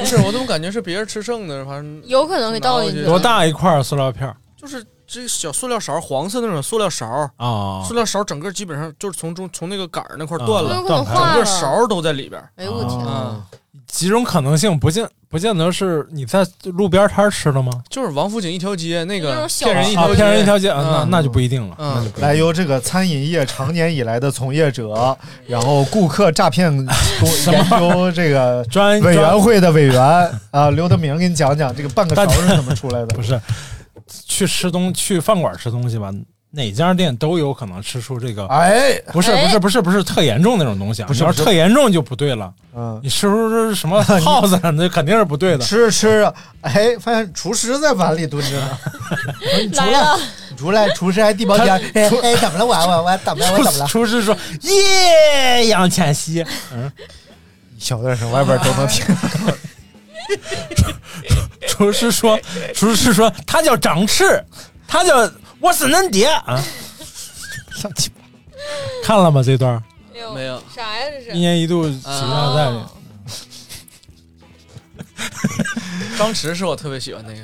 L: 不是，我怎么感觉是别人吃剩的？反正
J: 有可能给倒进去了
K: 多大一块塑料片儿
L: 就是这小塑料勺，黄色那种塑料勺
K: 啊
L: 塑料勺整个基本上就是从中从那个杆儿那块儿
K: 啊
L: 断了，
K: 有可能
L: 整
K: 化
L: 个
K: 了
L: 勺都在里边。
J: 哎呦我天
L: 啊！
K: 几种可能性不见不见得是你在路边摊儿吃的吗？
L: 就是王府井一条街那
K: 那
L: 个
K: 种小
L: 骗人一
K: 啊
L: 条街，
K: 骗人一条街啊那
L: 嗯
K: 那就不一定了那就不一定
I: 来由这个餐饮业常年以来的从业者，然后顾客诈骗 研究这个
K: 专
I: 委员会的委员啊，刘德明给你讲讲这个半个勺 是怎么出来的。
K: 不是，去吃东去饭馆吃东西吧，哪家店都有可能吃出这个。
I: 哎
K: 不是不是不是不是特严重那种东西啊，
I: 不是
K: 你要
I: 不是
K: 特严重就不对了。
I: 嗯，
K: 你吃出这是什么 耗子，那肯定是不对的。
I: 吃着吃着，哎，发现厨师在碗里蹲着 呢。你出来，你出来，厨师还递包间。哎哎，怎么了？我我我怎么了？我怎么了？
K: 厨师说：“耶，杨千玺。”嗯，
I: 小点声，外边都能听。
K: 厨师说：“厨师说他叫长翅，他叫我是恁爹 啊。”上鸡巴，看了吗？这段儿
L: 没有
J: 哎啥呀？这是
K: 一年一度喜剧大赛里，
L: 张弛是我特别喜欢那个，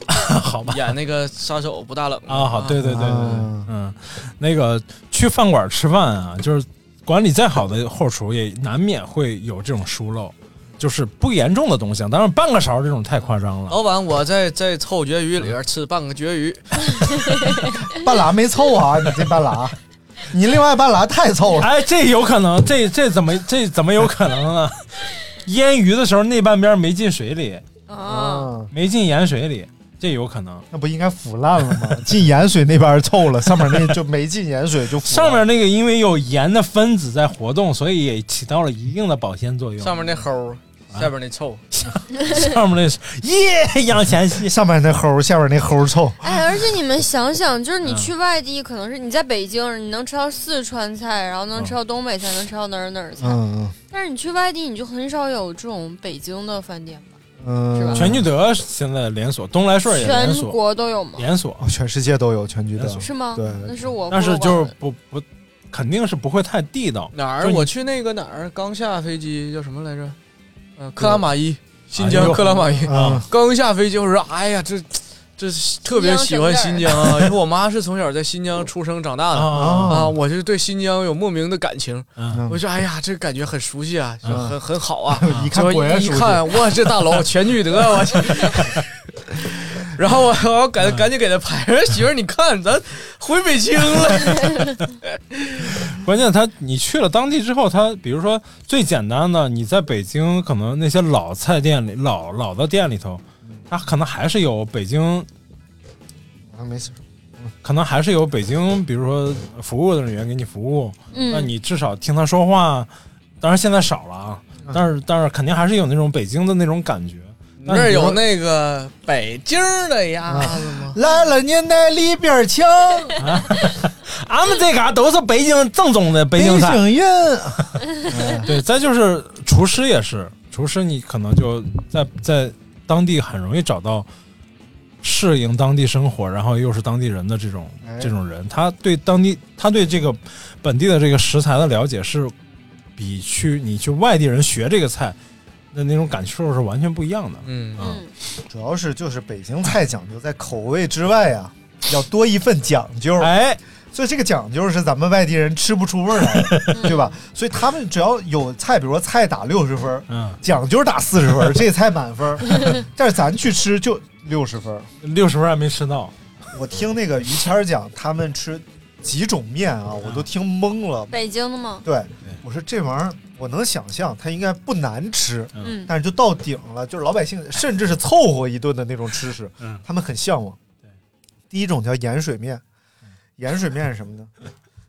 K: 好吧，
L: 演那个杀手不大冷
K: 啊，好，对对对对对，嗯，那个去饭馆吃饭啊，就是管理再好的后厨也难免会有这种疏漏，就是不严重的东西啊，当然半个勺这种太夸 张了。
L: 老板，我在在臭绝鱼里边吃半个绝鱼，
K: 嗯
I: 半拉没凑啊，你这半拉，你另外半拉太凑了。
K: 哎，这有可能，这这怎么这怎么有可能呢？腌鱼的时候那半边没进水里，
J: 哦
I: 啊，
K: 没进盐水里，这有可能。
I: 那不应该腐烂了吗？ 进盐水那边臭了，上面那就没进盐水就腐
K: 上面那个因为有盐的分子在活动，所以也起到了一定的保鲜作用。
L: 上面那齁，
K: 啊
L: 下边那臭，
K: 上面那是耶，杨前戏。
I: 上面那齁，下面那齁臭。
J: 哎，而且你们想想，就是你去外地，可能是你在北京，你能吃到四川菜，然后能吃到东北菜，能吃到哪儿哪儿菜。
I: 嗯
J: 但是你去外地，你就很少有这种北京的饭店吧？
I: 嗯
K: 全聚德现在连锁，东来啊顺也连
J: 全
K: 锁，
J: 国都有吗？
K: 连锁
I: 哦全世界都有全聚德，
J: 是吗？
I: 对，
J: 那是我。
K: 但是就是不不，肯定是不会太地道。
L: 哪
K: 就
L: 儿？
K: 你
L: 我去那个哪儿，刚下飞机叫什么来着？呃，克拉玛依，新
K: 哎
L: 疆
K: 呦
L: 克拉玛依
K: 啊。
L: 刚下飞机，我说，哎呀，这这是特别喜欢新疆 啊，因为我妈是从小在新疆出生长大的
K: 啊
L: 啊，我就对新疆有莫名的感情
K: 嗯。
L: 我说，哎呀，这感觉很熟悉啊，就
K: 嗯
L: 很很好 啊。
I: 一看
L: 就
I: 果然
L: 一
I: 熟悉
L: 看，哇，这大楼全聚德，啊我 去。然后我我赶赶紧给他拍，我说媳妇儿，你看咱回北京 了。
K: 关键它你去了当地之后，它比如说最简单的，你在北京可能那些老菜店里、老老的店里头，它可能还是有北京，
I: 啊，没事。
K: 可能还是有北京，比如说服务的人员给你服务，
I: 嗯
K: 那你至少听他说话，当然现在少了啊，但是但是肯定还是有那种北京的那种感觉。
L: 那儿有那个北京的鸭子吗？
I: 来了您那里边请，
K: 俺们这嘎都是北京正宗的北京菜。 嗯
I: 人，
K: 对，再就是厨师也是，厨师你可能就在在当地很容易找到适应当地生活，然后又是当地人的这种
I: 哎
K: 这种人，他对当地他对这个本地的这个食材的了解是比去你去外地人学这个菜的那种感受是完全不一样的。
L: 嗯
K: 啊，
I: 主要是就是北京菜讲究在口味之外啊，要多一份讲究。
K: 哎，
I: 所以这个讲究是咱们外地人吃不出味儿来的， 对吧？所以他们只要有菜，比如说菜打六十分，
K: 嗯，
I: 讲究打四十分，这菜满分。 但是咱去吃就六十分，
K: 六十分还没吃到，
I: 我听那个于谦儿讲，他们吃几种面啊，我都听懵了。
J: 北京的吗？
I: 对，我说这玩意儿我能想象，它应该不难吃，
J: 嗯
I: 但是就到顶了，就是老百姓甚至是凑合一顿的那种吃食，
K: 嗯
I: 他们很向往。第一种叫盐水面，盐水面是什么呢？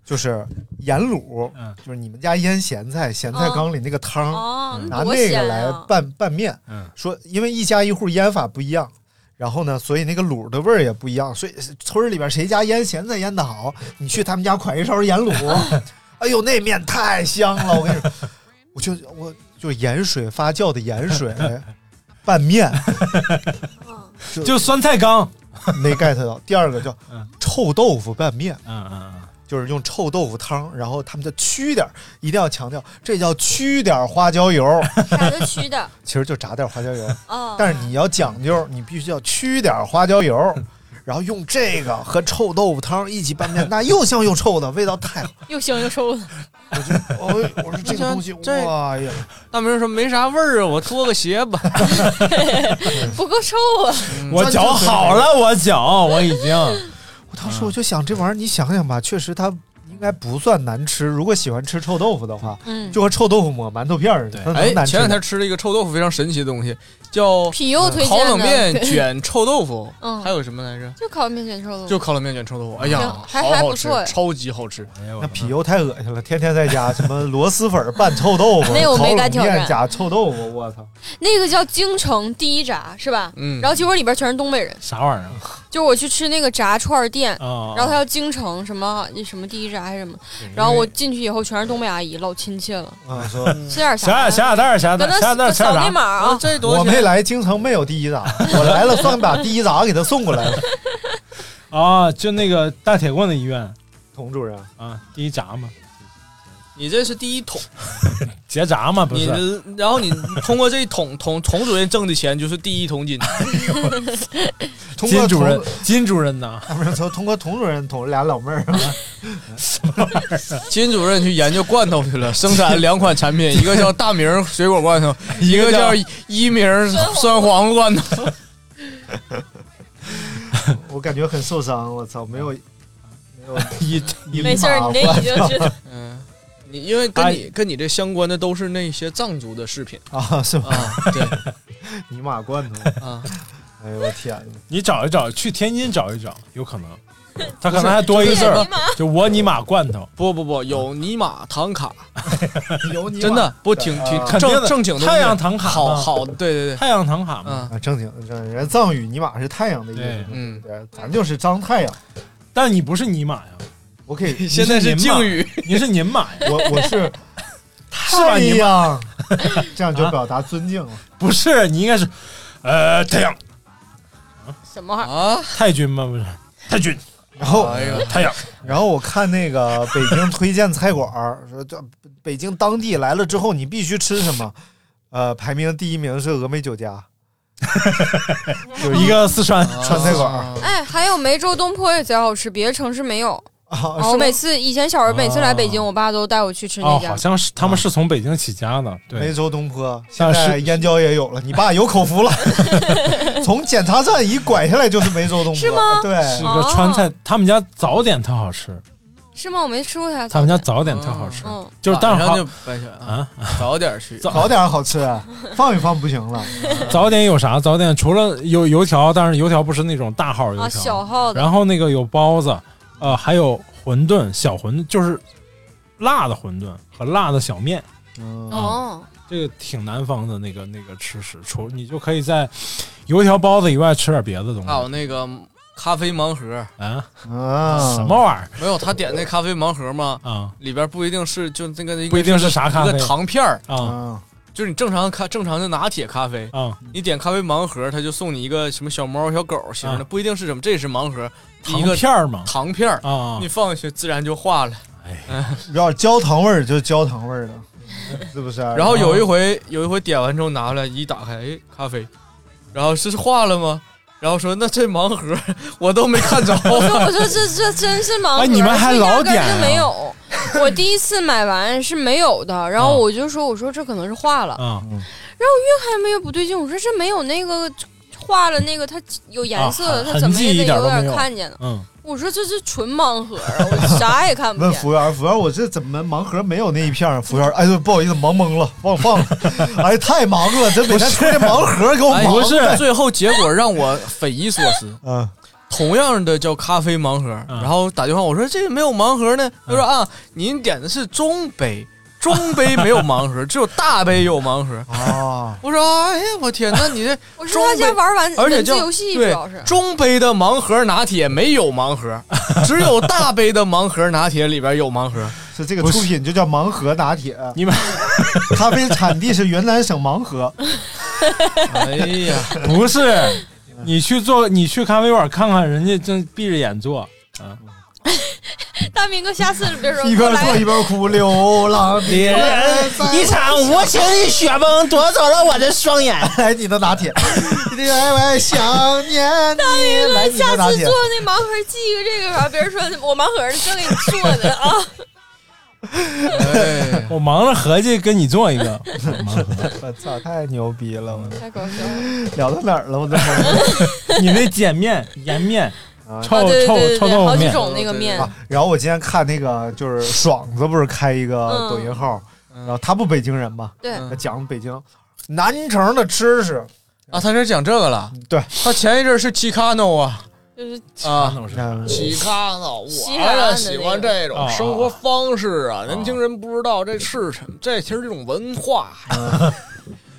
I: 就是盐卤，就是你们家腌咸菜，咸菜缸里那个汤，
J: 哦那
I: 嗯拿
J: 多
I: 那
J: 咸
I: 个
J: 啊
I: 来拌拌面。
K: 嗯
I: 说因为一家一户腌法不一样，然后呢，所以那个卤的味儿也不一样，所以村儿里边谁家腌咸菜腌的好，你去他们家㧟一勺盐卤， 哎呦那面太香了，我跟你说， 我就我就是盐水发酵的 盐水拌面，
K: 就酸菜缸
I: 没 get 到。第二个叫臭豆腐拌面，
K: 嗯嗯嗯，
I: 就是用臭豆腐汤，然后他们叫曲点儿，一定要强调，这叫曲点儿花椒油，
J: 啥都区的，
I: 其实就炸点花椒油。
J: 哦
I: 但是你要讲究，你必须要曲点花椒 油，然后用这个和臭豆腐汤一起拌面，那又香又臭的，味道太好。
J: 又香又臭的。
I: 我我说这个东西，
L: 这
I: 哇呀！
L: 大明说没啥味儿啊，我脱个鞋吧。嗯
J: 不够臭啊！
K: 我脚好了，我脚我已经。
I: 我当时我就想，这玩意儿你想想吧，确实它应该不算难吃。如果喜欢吃臭豆腐的话，
J: 嗯
I: 就和臭豆腐抹馒头片儿似的，它能
L: 哎
I: 嗯难，吃
L: 前两
I: 吗
L: 天吃了一个臭豆腐，非常神奇的东西，叫
J: 皮尤推荐
L: 烤
J: 的
L: 冷面卷臭豆腐，
J: 嗯
L: 还有什么来着？
J: 就烤面卷臭豆腐，
L: 就烤冷面卷臭豆腐，哎呀
J: 行，还
L: 好
J: 还
L: 好
J: 不
L: 吃
J: 错，
L: 超级好吃。
K: 哎
I: 那皮尤太恶心了，天天在家什么螺蛳粉拌臭豆腐，
J: 那我
I: 烤
J: 没
I: 冷
J: 敢挑战
I: 面加臭豆腐，我操！
J: 那个叫京城第一炸是吧？
I: 嗯
J: 然后结果里边全是东北人，
K: 啥玩意儿？啊
J: 就是我去吃那个炸串儿店，
K: 哦
J: 然后它叫京城什么什么第一炸还是什么，然后我进去以后全是东北阿姨，老亲切了。
I: 啊，说
J: 吃点啥呀？
I: 想想
K: 蛋啊儿，想
J: 搁那扫那码啊，
I: 我没来京城没有第一砸，我来了算把第一砸给他送过来了。
K: 啊，就那个大铁棍的医院，
I: 佟主任
K: 啊，第一闸嘛，
L: 你这是第一桶，
K: 结闸嘛，不
L: 你
K: 是？啊
L: 的然后你通过这一桶桶桶主任挣的钱就是第一桶金。
I: 通过
K: 金主任
I: 同，
K: 啊金主任呐，
I: 不是从通过佟主任捅俩老妹儿啊，
L: 金主任去研究罐头去了，生产两款产品，一个叫大明水果 罐头，一个叫一明酸黄瓜罐头。
I: 我感觉很受伤，我操，没有没有
K: 一
I: 一
J: 没事儿你那已经是
L: 嗯，你因为跟
K: 哎
L: 你跟你这相关的都是那些藏族的饰品
I: 啊是吗
L: 啊，对，
I: 尼玛罐头
L: 啊！
I: 哎呦我天哪！
K: 你找一找，去天津找一找，有 可能，他可能还多一个字
L: 不
K: 儿
L: 是 这，
K: 就我尼玛罐头，
L: 不不不，有尼玛唐卡，
I: 有
L: 真的不挺挺
K: 啊肯定
L: 正
K: 的
L: 正经的
K: 太阳唐卡嘛
L: 好好对对对，
K: 太阳唐卡嘛。
L: 嗯
I: 啊，正经正经，人家藏语尼玛是太阳的意思
K: 对，
L: 嗯，
I: 咱就是张太阳，
K: 但你不是尼玛呀，
I: 我可以，
K: 现在是敬语，你是您玛 呀，
I: 我我是
K: 是吧？
I: 太
K: 您
I: 阳
K: 玛，
I: 这样就表达尊敬了。
K: 不是，你应该是，呃，太阳
J: 什么玩意儿？
L: 啊，
K: 太君吗？不是太君，
I: 然后
L: 哎呦
K: 太阳，
I: 然后我看 那个北京推荐菜馆儿，说这北京当地来了之后你必须吃什么？呃，排名第一名是峨眉酒家，
K: 有一个四川
I: 川菜馆
K: 啊
I: 儿
J: 哎，还有梅州东坡也贼好吃，别的城市没有。
I: 啊
J: 啊我每次以前小时候每次来北京，我爸都带我去吃那
K: 哦，
J: 家
K: 好。像是他们是从北京起家的，
I: 梅
K: 对，
I: 州东坡，现
K: 但是
I: 在燕郊也有了，你爸有口 福了，从检查站一拐下来就是梅州东坡，
J: 是吗哦
I: 对，
K: 是个川菜，他们家早点特好吃，
J: 是吗？我没吃过他。
K: 他们家早点特好吃
J: 嗯，
K: 就是但
L: 晚
K: 是
L: 上
K: 好
L: 就白天啊，早点去，
I: 早点好吃，放一放不行了。
K: 早点有啥？早点嗯除了有油条，但是油条不是那种大号油条，
J: 啊小号的
K: 然后那个有包子，呃，还有馄饨，小馄就是辣的馄饨和辣的小面，嗯
J: 哦，
K: 这个挺南方的那个那个吃食。除你就可以在油条、包子以外吃点别的东西
L: 还有那个咖啡盲盒。
K: 啊。
I: 啊
K: 什么玩意儿？
L: 没有，他点那咖啡盲盒嘛，
K: 啊，
L: 里边不一定是就那个
K: 不一定是啥咖啡
L: 一个糖片儿
K: 啊，
I: 啊，
L: 就是你正常咖正常的拿铁咖啡
K: 啊，
L: 你点咖啡盲盒，他就送你一个什么小猫小狗型的，
K: 啊
L: 不一定是什么，这是盲盒，
K: 糖
L: 一个
K: 片儿嘛
L: 糖片儿
K: 啊
L: 你放进去自然就化了。
I: 有点焦糖味儿，就是焦糖味儿的，是不是？
L: 然后有一回有一回点完之后拿过来一打开，哎，咖啡，然后这是化了吗？然后说那这盲盒 我都没看着，
J: 我说我说这这真是盲盒，
L: 哎你们还
J: 这压
L: 老
J: 根儿
L: 点啊
J: 就没有。我第一次买完是没有的，然后我就说我说这可能是化了，
K: 啊，
J: 然后我越看越不对劲，我说这没有那个画了那个它有颜色
K: 啊
J: 的，它怎么
K: 痕迹
J: 也得
K: 一点都没有
J: 点看见呢。
K: 嗯，
J: 我说这是纯盲盒啊，我啥也看不
I: 问
J: 见。
I: 服务员，服务员，我这怎么盲盒没有那一片儿？服务员，哎呦，不好意思，忙懵了，忘放了。哎，太忙 了，这每天出这盲盒给我
L: 哎
I: 忙
L: 不
I: 的。
L: 是，最后结果让我匪夷所思。
I: 嗯，
B: 同样的叫咖啡盲盒，
J: 嗯
B: 然后打电话我说这个没有盲盒呢，他说啊，您点的是中杯，中杯没有盲 盒，只有大杯有盲盒。
I: 啊，
B: 我说哎呀，我天，那 你这
J: 哦我说
B: 中
J: 他家
B: 杯
J: 玩完
B: 而且
J: 文字
B: 叫
J: 游戏主
B: 对
J: 要是
B: 中杯的盲盒拿铁没有盲 盒，只有大杯的盲盒拿铁里边有盲盒。
I: 是这个出品就叫盲盒拿铁。
B: 你们
I: 咖啡产地是云南省盲盒，
B: 哎 呀，
L: 不是，你去做，你去咖啡馆看看，人家正闭着眼做啊。
J: 大明哥，下次别说
I: 一边
J: 来
I: 做一边哭，流浪的
L: 别
I: 人在
N: 一场无情的雪崩夺走了我的双眼。
I: 来你的拿铁，来来想念你，
J: 大
I: 来
J: 明哥，哎
I: 你的
J: 下
I: 拿
J: 次
I: 铁
J: 做。那盲盒记一个这个吧，别人说我盲盒是这给你做的啊。
L: 我忙着合计跟你做一个，忙着合计
I: 我操，太牛逼了！我
J: 太搞笑了！
I: 聊到哪儿了？我都忘了
L: 你那碱 面、盐面、
J: 啊
L: 臭
J: 对对
L: 臭
J: 对对
L: 臭
J: 对好
L: 豆
J: 几
L: 面，
J: 种那个面
I: 啊。然后我今天看那个，就是爽子不是开一个抖音号，然后他不北京人嘛，
J: 对
I: 他讲北京南城的吃食，
B: 啊，他这讲这个了。
I: 对
B: 他前一阵是 Chicano 啊
J: 就是
B: 啊
I: 嗯
B: ，Chicano，
J: 西
B: 我
J: 海岸的
B: 呀
J: 那个
B: 喜欢这种
L: 哦
B: 生活方式啊，年轻人不知道这是
L: 啊
B: 什么，这其实这种文化。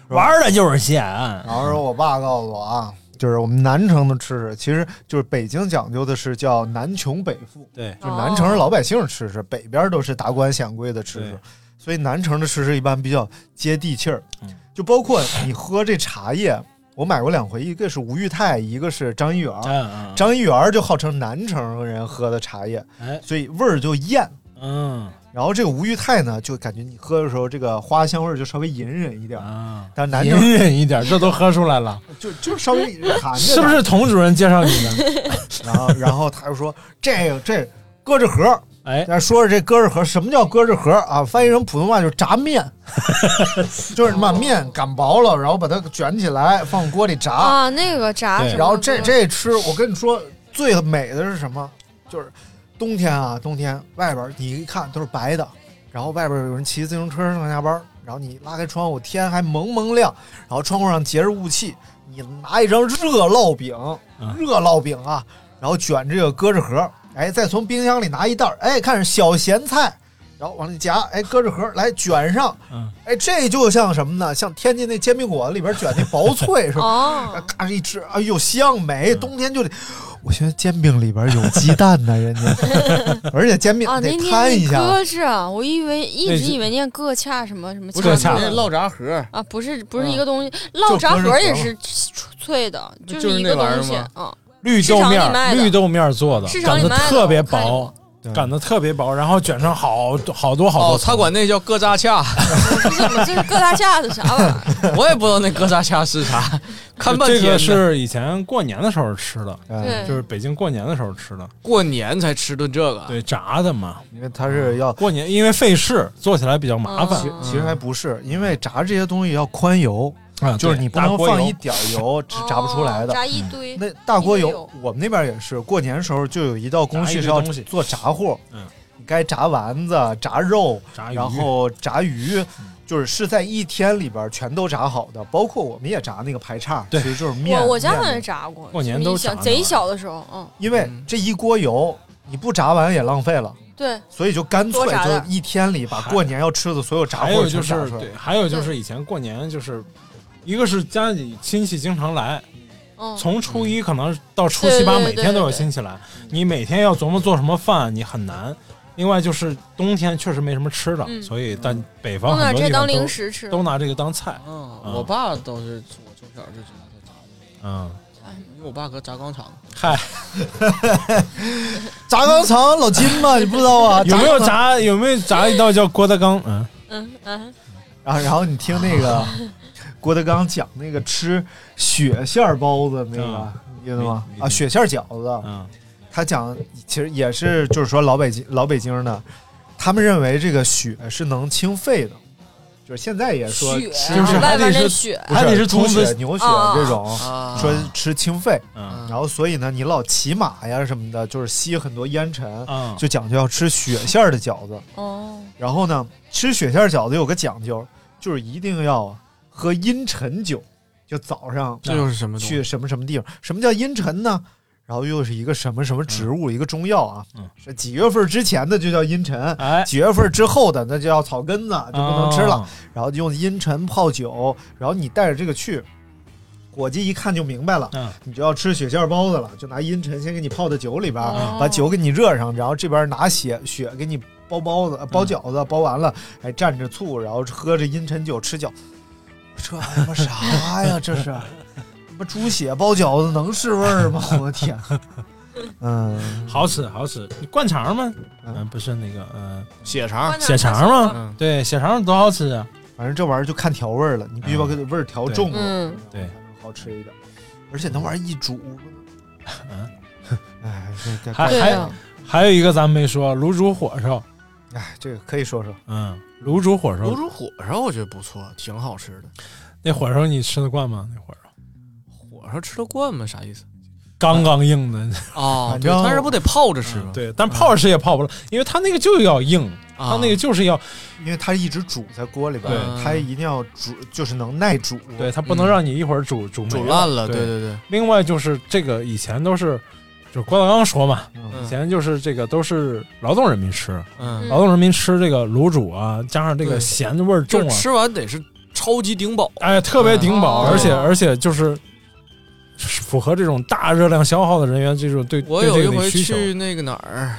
L: 玩的就是西海岸。
I: 然后说我爸告诉我啊，就是我们南城的吃食，其实就是北京讲究的是叫南穷北富，
L: 对，
I: 就是南城是老百姓吃食，北边都是达官显贵的吃
L: 对
I: 食，所以南城的吃食一般比较接地气儿，就包括你喝这茶叶。我买过两回，一个是吴裕泰，一个是张一元儿。
L: 嗯嗯
I: 张一元儿就号称南城人喝的茶叶，
L: 哎，
I: 所以味儿就艳。
L: 嗯，
I: 然后这个吴裕泰呢，就感觉你喝的时候，这个花香味儿就稍微隐忍一点儿。
B: 啊
I: 但南
L: 啊隐
I: 城
L: 忍一点，这都喝出来了，
I: 就就稍微
B: 啊
I: 含着，
L: 是不是？童主任介绍你的？
I: 然后然后他就说这个这搁着盒，
L: 哎，
I: 咱说说这搁着盒，什么叫搁着盒啊？翻译成普通话就是炸面， 就是你把面擀薄了，然后把它卷起来放锅里炸
J: 啊，那个炸什么的，
I: 然后这这吃，我跟你说最美的是什么？就是冬天啊，冬天外边你一看都是白的，然后外边有人骑自行车上下班，然后你拉开窗户，天还蒙蒙亮，然后窗户上结着雾气，你拿一张热烙饼，热烙饼啊，然后卷这个搁着盒，哎，再从冰箱里拿一袋儿，哎，看是小咸菜。然后往里夹，哎，搁着盒来卷上，哎，这就像什么呢？像天津那煎饼果子里边卷那薄脆是吧？
J: 哦，
I: 咔一吃，哎呦香美！
L: 嗯
I: 冬天就得，我寻思煎饼里边有鸡蛋 呢，人家，而且煎饼
J: 啊，那
I: 得
J: 念
I: 摊一下。
J: 咯吱啊，我以为一
I: 那
J: 直
I: 是
J: 以为念各恰什么什么
B: 不
J: 恰，
B: 是你那烙炸盒，
J: 啊，不是不是
B: 嗯
J: 一个东西，烙
B: 就
J: 炸盒
B: 搁
J: 也
B: 着盒
J: 是脆的，
B: 就是
J: 一个
B: 那玩意儿
J: 东西
B: 吗
J: 啊。
L: 绿
J: 市
L: 豆
J: 场里
L: 面
J: 卖
L: 儿，
J: 的
L: 绿豆面儿做的，
J: 市场
L: 擀
J: 里
L: 的
J: 卖的
L: 特别
J: 我看
L: 薄，擀的特别薄，然后卷上好好多好多
B: 哦，
L: 层。
B: 他管那叫哥扎恰，
J: 这是各大架子啥玩意儿？
B: 我也不知道那哥扎恰是啥，看半
L: 这
B: 天呢。
L: 个是以前过年的时候吃的，
J: 对哦
L: 就是北京过年的时候吃的，
B: 过年才吃顿这个，
L: 对，炸的嘛。
I: 因为它是要
J: 嗯
L: 过年，因为费事，做起来比较麻烦。
I: 其其实还不是，因为炸这些东西要宽油，
L: 啊，
I: 就是你不能
L: 大锅
I: 放
L: 油
I: 一点儿 油，是炸不出来的。
J: 哦
I: 嗯
J: 炸一堆，
I: 那大锅
J: 一堆
I: 油，我们那边也是，过年时候就有一道工序是要
L: 炸一堆东西
I: 做炸货，
L: 嗯，
I: 你该炸丸子、炸肉、
L: 炸鱼嗯
I: 然后炸鱼，就是是在一天里边全都炸好的，包括我们也炸那个排叉，其实就是面。
J: 我我家好像
I: 面
J: 也炸过，
I: 过年都炸
J: 小
I: 那玩
J: 贼
I: 意儿
J: 小的时候，嗯，
I: 因为这一锅油你不炸完也浪费了，
L: 嗯
J: 对，
I: 所以就干脆
J: 多炸点
I: 就一天里把过年要吃的所有炸
L: 还
I: 货
L: 有就
I: 全炸
L: 是
I: 出来
L: 对，。还有就是以前过年就是，一个是家里亲戚经常来，
J: 嗯，
L: 从初一可能到初七八，
J: 对对对
L: 每天都有
J: 对对
L: 亲戚来，你每天要琢磨做什么饭，你很难。另外就是冬天确实没什么吃的，
J: 嗯
L: 所以但北
J: 都
L: 方
J: 拿
L: 很多
J: 这
L: 地方
J: 当
L: 都
J: 零食吃
L: 都拿这个当菜。嗯
B: 我爸倒是我从小就知道他炸的，
L: 嗯，
B: 因为我爸搁炸钢厂。
L: 嗨，
I: 炸钢肠老金 嘛，你不知道啊？
L: 有没有
I: 钢肠？
L: 炸有没有炸一道叫郭德纲？嗯，
J: 嗯嗯，
I: 然后然后你听那 个郭德纲讲那个吃雪馅儿包子那个，你记得吗？啊，雪馅儿饺子。
L: 嗯，
I: 他讲其实也是就是说老北京老北京的，他们认为这个雪是能清肺的。就是现在也说
J: 雪
I: 吃，
J: 就是还得外边那是雪
I: 不
L: 还得是
I: 猪
L: 童子
I: 血、牛血
J: 啊
I: 这种，
B: 啊
I: 说吃清肺。
L: 嗯
I: 然后所以呢，你老骑马呀什么的，就是吸很多烟尘
L: 嗯，
I: 就讲究要吃雪馅儿的饺子。
J: 哦，
I: 然后呢，吃雪馅儿饺子有个讲究，就是一定要喝阴沉酒，就早上
B: 这又是什么东西
I: 去什么什么地方？什么叫阴沉呢？然后又是一个什么什么植物，一个中药啊，
B: 嗯
I: 是几月份之前的就叫茵陈，
B: 哎
I: 几月份之后的那就叫草根子，就不能吃了。
L: 哦
I: 然后就用茵陈泡酒，然后你带着这个去，伙计一看就明白了，
L: 嗯
I: 你就要吃雪馅包子了，就拿茵陈先给你泡到酒里边，
L: 哦
I: 把酒给你热上，然后这边拿血血给你包包
L: 嗯
I: 子、呃包饺子，包完了，哎，蘸着醋，然后喝着茵陈酒吃饺，这他妈啥 呀？这是。他妈猪血包饺子能是味儿吗？我的天！嗯，
L: 好吃好吃。你灌肠吗？嗯，不是那个，嗯，
B: 血肠
L: 血肠
B: 嗯
L: 吗？对，血肠多好吃啊！
I: 反正这玩意儿就看调味儿了，你必须把给味儿调重了，
L: 嗯对，
I: 好吃一点。而且那玩意儿一煮， 哎，这
L: 嗯还
I: 这
L: 还有还有一个咱们没说，卤煮火烧。
I: 哎，这个可以说说。
L: 嗯，卤煮火烧，
B: 卤煮火烧我觉得不错，挺好吃的。
L: 那火烧你吃得惯吗？那火烧
B: 火烧吃得惯吗？啥意思？
L: 刚刚硬的。
I: 啊
B: 哦，
L: 反
B: 对，
L: 正
B: 但是不得泡着吃吗？
L: 对，但泡着吃也泡不了，因为它那个就要硬，
B: 啊
L: 它那个就是要，
I: 因为它一直煮在锅里边
L: 对，
I: 它一定要煮，就是能耐煮。
L: 对，它不能让你一会儿煮煮
B: 嗯煮
L: 没
B: 烂了
L: 对
B: 对对对。
L: 另外就是这个以前都是，就是郭德纲说嘛，
B: 嗯
L: 以前就是这个都是劳动人民吃，
B: 嗯
L: 劳动人民吃这个卤煮啊，加上这个
B: 对
L: 咸味儿重
B: 就
L: 啊，
B: 吃完得是超级顶饱。
L: 哎，特别顶饱，
B: 嗯
L: 而且而且就是符合这种大热量消耗的人员这种对
B: 我
L: 对
B: 有
L: 这
B: 一
L: 个的
B: 回
L: 需求
B: 去那个哪 儿，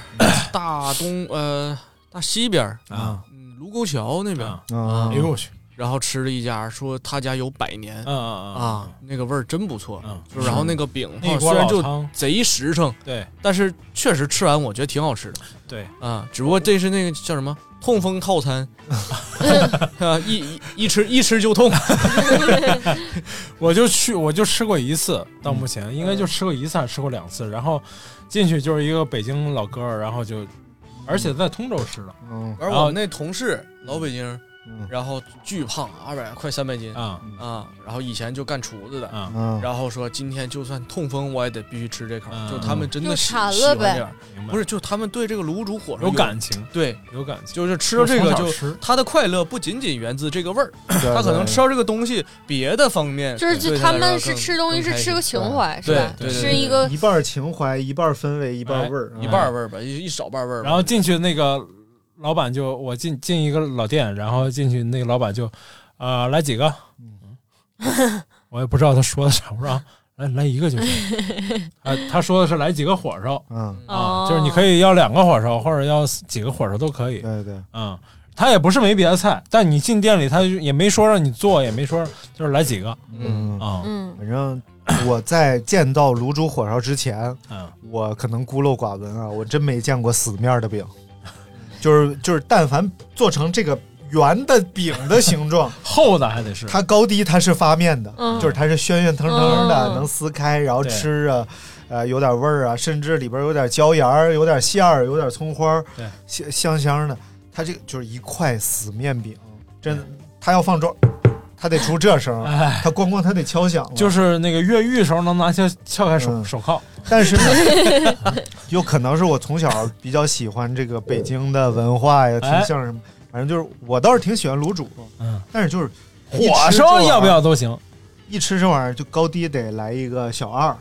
B: 大东呃大西边儿
L: 啊，
B: 嗯卢沟桥那边儿
I: 啊
L: 哎呦我去！
B: 然后吃了一家，说他家有百年，
L: 嗯嗯嗯
B: 啊，那个味儿真不错。就是然后那个饼
L: 那一锅
B: 哦虽然
L: 老
B: 就
L: 汤
B: 贼实诚，
L: 对，
B: 但是确实吃完我觉得挺好吃的。
L: 对
I: 嗯
B: 啊，只不过这是那个叫什么痛风套餐，啊，一一一吃一吃就痛。
L: 我就去，我就吃过一次，到
B: 嗯
L: 目前、应该就吃过一次，还是吃过两次。然后进去就是一个北京老哥儿，然后就，而且在通州吃的，
I: 嗯
B: 而
L: 然
B: 我
L: 后
B: 们那同事老北京，然后巨胖，二百快三百斤
L: 啊
B: 啊，然后以前就干厨子的
I: 嗯
L: 啊
B: 然后说今天就算痛风我也得必须吃这口，
L: 嗯
B: 就他们真的
L: 就
B: 喜喜
L: 馋
B: 欢
L: 了
B: 这
L: 呗
B: 样
L: 明，白
B: 不是就他们对这个卤煮火烧
L: 有感情
B: 对，
L: 有感情，
B: 就是吃到这个
L: 从小
B: 就
L: 吃
B: 他的快乐不仅仅源自这个味儿，
L: 对
B: 他可能吃到这个东西别的方面
J: 就是
B: 对
J: 就
B: 他
J: 他
B: 来说
J: 们是
B: 更
J: 吃东
B: 更
J: 西是
B: 开心
J: 吃个情怀是
B: 对
J: 吧？
B: 对对
J: 是
B: 对哎
J: 一个
I: 一哎半儿情怀，一半儿氛围，一半儿味儿，
B: 一半儿味儿吧，一一少半儿味儿吧。
L: 然后进去那个老板就我进进一个老店，然后进去那个老板就，呃，来几个，
I: 嗯
L: 我也不知道他说的啥，我说啊，来来一个就 行。啊，他说的是来几个火烧，
I: 嗯
L: 啊，就是你可以要两个火烧，或者要几个火烧都可以。
I: 对对，
L: 嗯，他也不是没别的菜，但你进店里他就也没说让你做，也没说就是来几个。
I: 嗯
L: 啊，
J: 嗯，
I: 反正 我在见到卤煮火烧之前，
L: 嗯，
I: 我可能孤陋寡闻啊，我真没见过死面儿的饼，就是就是，但凡做成这个圆的饼的形状，
L: 厚的还得是
I: 它高低它是发面的，
L: 嗯
I: 就是它是暄暄腾腾的，
L: 嗯
I: 能撕开，然后
L: 对
I: 吃啊。呃，有点味儿啊，甚至里边有点椒盐儿，有点馅儿，有点葱花儿，
L: 对
I: 香香香的。它这个就是一块死面饼，真的，它要放桌，它得出这声儿，它咣咣它得敲响了。
L: 哎就是那个越狱的时候能拿下撬开
I: 嗯
L: 手、手铐，
I: 但 是呢，有可能是我从小比较喜欢这个北京的文化呀，听
L: 哎
I: 相声什么，反正就是我倒是挺喜欢卤煮，
L: 嗯，
I: 但是就是一
L: 火
I: 吃这
L: 烧
I: 玩意儿
L: 要不要都行。
I: 一吃这玩意儿就高低得来一个 小二，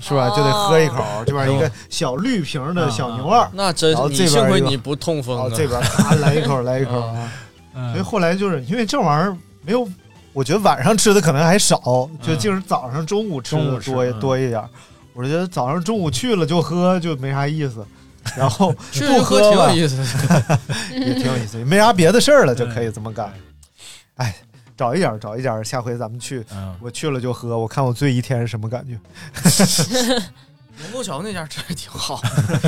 I: 是吧？就得喝一口，这边
B: 哦
I: 一个小绿瓶
L: 啊
I: 的小牛二，
B: 那真
I: 然后
B: 你
I: 这边
B: 幸亏
I: 一个
B: 你不痛风啊
I: 然后这边咔 来一口，来一口
B: 嗯
I: 啊。
L: 嗯
I: 所以后来就是因为这玩意儿没有，我觉得晚上吃的可能还少，就
L: 嗯
I: 竟是早上、中午吃
L: 中
I: 的
L: 午吃
I: 多一
L: 嗯
I: 多一点儿。我觉得早上、中午去了就喝就没 啥意思，然后
B: 去
I: 不啊
B: 就喝挺有
I: 吧
B: 意思嗯的
I: 也挺有意思，也没啥别的事儿了就可以这么干。哎，找一点儿，找一点儿，下回咱们去，
L: 嗯
I: 我去了就喝，我看我醉一天是什么感觉。，
B: 卢沟桥那家吃的挺好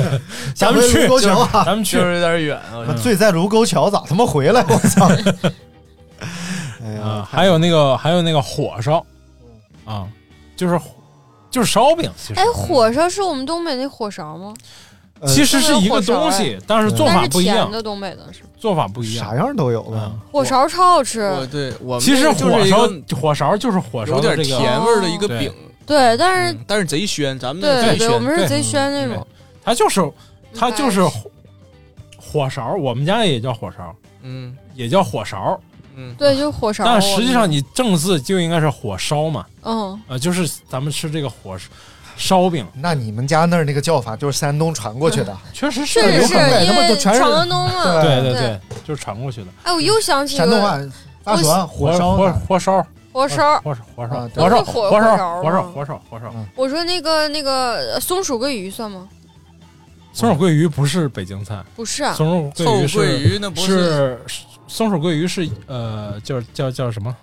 I: 咱们去
B: 就是
I: 卢沟桥啊咱们去
B: 就是有点远，我觉得
I: 醉在卢沟桥咋他妈回来？我 操！哎
L: 啊，还有那个还有那个火烧，
I: 嗯
L: 啊，就是火就是烧饼，其实啊
J: 哎，火烧是我们东北那火勺吗？
I: 呃
L: 其实是一个东西
J: 嗯
L: 但是做法不一样
J: 但是甜的东北的是
L: 做法不一样，
I: 啥样啊都有
L: 了。
J: 火勺超好吃。
B: 我对嗯我们
L: 其实
B: 那个就是
L: 火
B: 一
L: 烧
B: 个
L: 火勺就是火烧
B: 有
L: 的
B: 点
L: 这个
B: 甜味儿的一个
L: 对
B: 饼，
J: 对，但是
B: 但是贼鲜，咱们那个
J: 对
B: 贼
J: 对，
B: 鲜，
J: 我们是贼鲜那种。
L: 它
J: 嗯
L: 就是它
J: 哎
L: 就是火火勺，我们家也叫火勺，
B: 嗯，
L: 也叫火勺，
B: 嗯，
J: 对，就是火勺。
L: 呃但实际上你正字就应该是火烧嘛，
J: 嗯，
L: 啊，就是咱们吃这个火烧烧饼。
I: 那你们家那儿那个叫法就是山东传过去的，
L: 确实
J: 是是是
I: 对，他
J: 因
I: 们都
J: 为
I: 全是
J: 闯关东嘛，
L: 对
J: 对
L: 对，就是传过去的。
J: 哎，我又想起
I: 山东
J: 个
I: 话大
J: 我
I: 船火烧
L: 火火烧呃
J: 火烧，
L: 火烧火烧
I: 啊对
L: 火烧
J: 不是
L: 火烧
J: 火
L: 火
J: 烧
L: 烧
J: 吗
L: 火烧火烧。
J: 我说那个那个呃松鼠桂鱼算吗？
L: 松鼠桂鱼不是北京菜，
J: 不是啊
L: 松鼠桂鱼是
K: 臭鳜鱼那不
L: 是松鼠桂鱼是呃叫叫叫什么？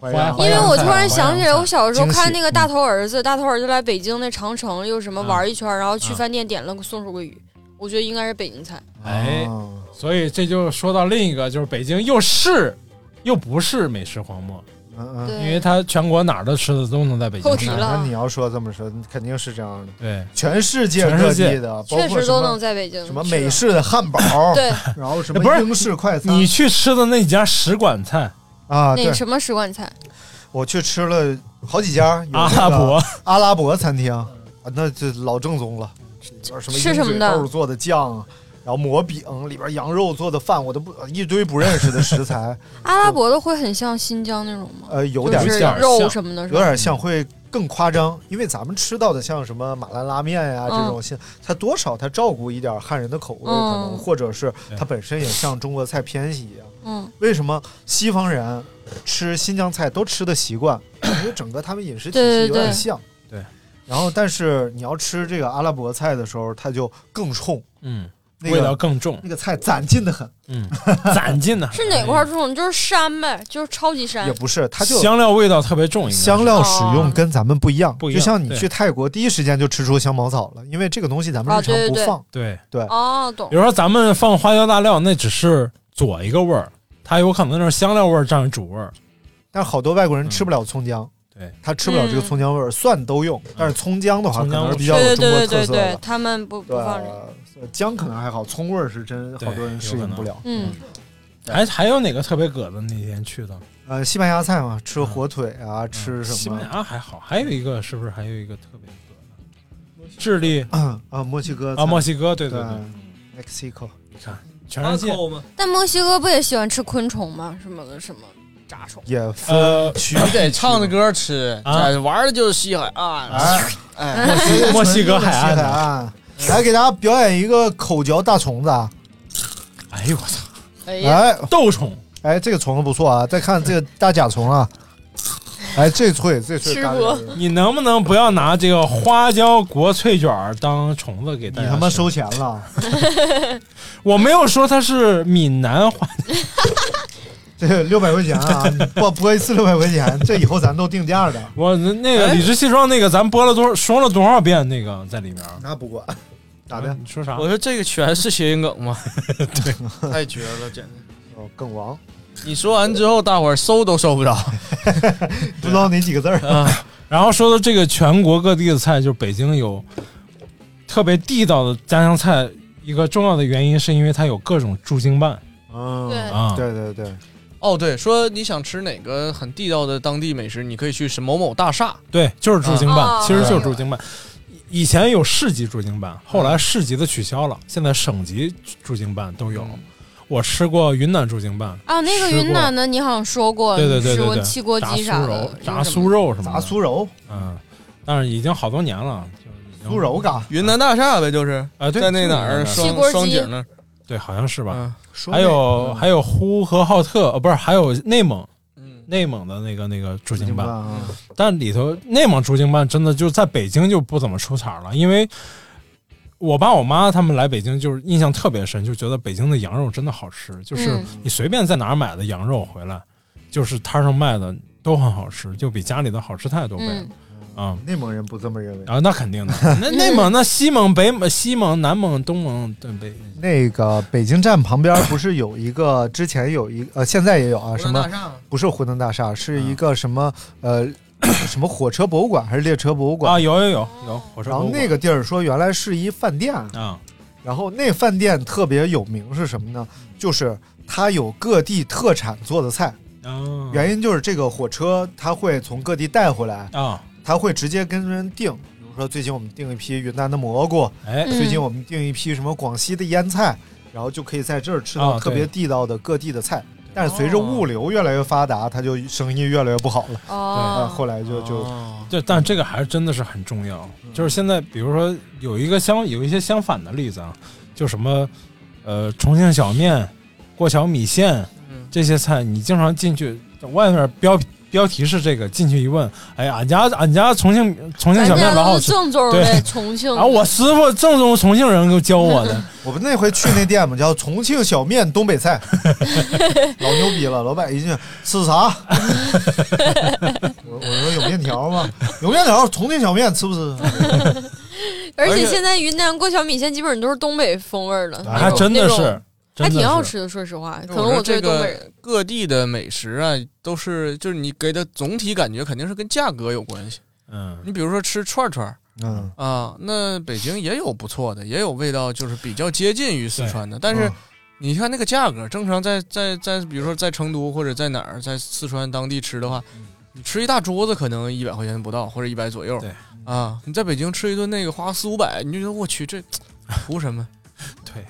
L: 淮
I: 扬
J: 因为我突然想起来，我小时候
L: 惊喜
J: 看
I: 嗯
J: 那个《大头儿子》，大头儿子来北京那长城又什么玩一圈，然后
I: 嗯
J: 去饭店点了个松鼠桂鱼，我觉得应该是北京菜。
I: 啊
L: 哎，
I: 嗯
L: 所以这就说到另一个，就是北京又是又不是美食荒漠，
I: 嗯
J: 对
L: 因为它全国哪儿的吃的都能在北京吃。
I: 那你要说这么说，肯定是这样的。
L: 对，
I: 全世界
L: 全
I: 各
L: 世
I: 地
L: 界
I: 的，包括
J: 确实
I: 什
J: 都
I: 么
J: 能在北京
I: 什么
J: 吃啊
I: 美式啊的汉堡，
J: 对，
I: 然后什
L: 哎不
I: 么
L: 是
I: 英式快餐
L: 你去吃的那家使馆菜，
I: 啊，对
J: 那，什么使馆菜？
I: 我去吃了好几家有
L: 阿
I: 那个
L: 拉伯
I: 阿拉伯餐厅啊，那这老正宗了，里边什么
J: 是什么的
I: 鹰嘴豆做的酱啊，然后馍饼里边羊肉做的饭，我都不呃一堆不认识的食材，
J: 阿拉伯的会很像新疆那种吗？
I: 呃，有点
J: 就是
I: 像
J: 肉什么的是吧
I: 有点像会更夸张，因为咱们吃到的像什么马兰拉面呀、
J: 嗯
I: 这种，像它多少它照顾一点汉人的口味，可能
J: 嗯
I: 或者是它本身也向中国菜偏啊西一样。
J: 嗯，
I: 为什么西方人吃新疆菜都吃的习惯？因为整个他们饮食体
J: 对
I: 系
J: 对
I: 有点
J: 对
I: 像。
L: 对，
I: 然后，但是你要吃这个阿拉伯菜的时候，它就更冲，
L: 嗯，
I: 那个
L: 味道更重，
I: 那个菜攒劲的很。
L: 嗯，攒劲呢。
J: 是哪块儿重？就是山呗，就是超级山
I: 也。不是，它就
L: 哎香料味道特别重，应该是
I: 香料使用跟咱们不一样，
L: 不一
I: 就
L: 样
I: 像你
L: 对
I: 去泰国第一时间就吃出香茅草了，因为这个东西咱们
J: 啊
I: 日常
J: 对对
I: 不
J: 对
I: 放。
L: 对
I: 对
J: 哦，懂
L: 比。如说咱们放花椒大料，那只是佐一个味儿，它有可能是香料味儿占主味儿。
I: 但好多外国人吃不了葱姜，
L: 嗯对嗯
I: 他吃不了这个葱姜味儿，蒜都用，但是葱姜的话可
L: 葱姜
I: 能是比较有
J: 对对
I: 中国
J: 嗯对对对
I: 特色
J: 对
I: 的，。
J: 他们不不
I: 对
J: 放这个。
I: 呃姜可能还好，葱味儿是真好多人适应不了。
J: 嗯，
L: 还还有哪个特别葛的？那天去的
I: 呃，西班牙菜嘛，吃火腿啊，吃什么？
L: 嗯西班牙还好，还有一个是不是还有一个特别葛的？智利
I: 嗯啊，墨西哥
L: 啊，
I: 菜
L: 墨西哥，对
I: 对
L: 对对，
I: ，Mexico
L: 你看全世界
J: 但墨西哥不也喜欢吃昆虫吗？什么的什么炸虫？
I: 也
L: 呃，
K: 你得唱着歌吃，
L: 啊
K: 这玩的就是西海
B: 啊
K: 岸。哎，
L: 墨西墨西哥海
I: 西
L: 岸啊
I: 海
L: 的。
I: 岸。来给大家表演一个口嚼大虫子啊！
L: 哎呦我操！
J: 哎呀，
I: 哎，
L: 豆虫，
I: 哎，这个虫子不错啊！再看这个大甲虫啊，哎，最脆最脆，
J: 吃
I: 大甲
J: 播
I: 虫
L: 你能不能不要拿这个花椒国粹卷儿当虫子给大
I: 你
L: 家？
I: 他妈收！钱了！
L: 我没有说它是闽南花，
I: 这六百块钱啊，播播一次六百块钱，这以后咱都定价的，
L: 我那
J: 哎
L: 个理直气壮那个，咱播了多少说了多少遍那个在里面？
I: 那不管咋的
L: 你说啥？
K: 我说这个全是谐音梗吗？
L: 对，
K: 太绝了，简直！
I: 哦，梗王
K: 你说完之后，大伙儿搜都搜不着。
I: 不知道哪几个字儿
K: 啊，
L: 然后说到这个全国各地的菜，就是北京有特别地道的家乡菜，一个重要的原因是因为它有各种驻京办。
I: 嗯，
L: 啊
I: 对对对，
K: 哦，对，说你想吃哪个很地道的当地美食，你可以去是某某大厦。
L: 对，就是驻京办，
J: 哦
K: 啊
L: 其实就是驻京办。
I: 嗯
L: 以前有市级驻京办，后来市级的取消了，现在省级驻京办都
I: 嗯
L: 有。我吃过云南驻京办
J: 啊，那个
L: 吃过
J: 云南的你好像说过，
L: 对对对
J: 吃
L: 对
J: 过
L: 对，
J: 汽锅鸡啥的，
L: 炸酥肉，炸酥肉什么
I: 炸
L: 的，
I: 酥肉，
L: 嗯，但是已经好多年了，就是已经
I: 酥肉嘎，
K: 云南大厦呗，就是
L: 啊对
K: 在那哪儿
L: 就是
K: 双
J: 那个
K: 双
J: 汽锅鸡嗯
K: 井那儿。
L: 对，好像是吧？
I: 说
L: 还有还有呼和浩特，呃，不是，还有内蒙，
K: 嗯
L: 内蒙的那个那个驻京
I: 明白
L: 办，
I: 啊，
L: 但里头内蒙驻京办真的就在北京就不怎么出彩了，因为我爸我妈他们来北京就是印象特别深，就觉得北京的羊肉真的好吃，就是
J: 嗯
L: 你随便在哪儿买的羊肉回来，就是摊上卖的都很好吃，就比家里的好吃太多倍了
J: 嗯，
L: 啊、
I: 内蒙人不这么认为。
L: 啊，那肯定的。 那内蒙、那西蒙、北蒙、西蒙、南蒙、东蒙、对北，
I: 那个北京站旁边不是有一个，之前有一个呃，现在也有啊，什么不是湖南大
K: 啊
I: 厦，是一个什么呃 什么火车博物馆还是列车博物馆
L: 啊，有有有有火车
I: 然
L: 头
I: 后
L: 骨。
I: 那个地儿说原来是一饭店，
L: 啊，
I: 然后那饭店特别有名是什么呢？就是它有各地特产做的菜，
L: 啊
I: 原因就是这个火车它会从各地带回来，
L: 啊，
I: 它会直接跟人订。比如说最近我们订一批云南的蘑菇，
L: 哎
J: 嗯
I: 最近我们订一批什么广西的腌菜，然后就可以在这儿吃到
L: 啊
I: 特别地道的各地的菜。但是随着物流越来越发达，它就生意越来越不好了。
J: 哦
I: 啊后来就就
L: 对，但这个还真的是很重要。
I: 嗯
L: 就是现在，比如说有一个相有一些相反的例子啊，就什么呃重庆小面、过桥米线
J: 嗯
L: 这些菜，你经常进去外面标标题是这个，进去一问，哎呀，俺家俺家重庆重庆小面老好吃，
J: 咱家都是正宗
L: 对
J: 的重庆
L: 啊，我师傅正宗重庆人给我教我的，
I: 我们那回去那店嘛，叫重庆小面东北 菜，老牛逼了。老板一进去吃啥？ 我我说有面条吗？有面条，重庆小面吃不吃？
J: 而
I: 而
J: 且
I: 且
J: 现在云南过桥米线基本上都是东北风味儿的，
L: 啊还真的是
J: 那种
L: 真的是
J: 还挺好吃的。说实话，可能我对
B: 这
J: 东北
B: 个
J: 人
B: 各地的美食啊，都是就是你给的总体感觉肯定是跟价格有关系。
L: 嗯，
B: 你比如说吃串串，
I: 嗯
B: 啊，那北京也有不错的，也有味道就是比较接近于四川的，但是。你看那个价格，正常在在在，比如说在成都或者在哪儿，在四川当地吃的话，你吃一大桌子可能一百块钱不
L: 哦
B: 到，或者一百左右。
L: 对
B: 啊，你在北京吃一顿那个花四五百，你就觉得我去这图什么？
L: 对，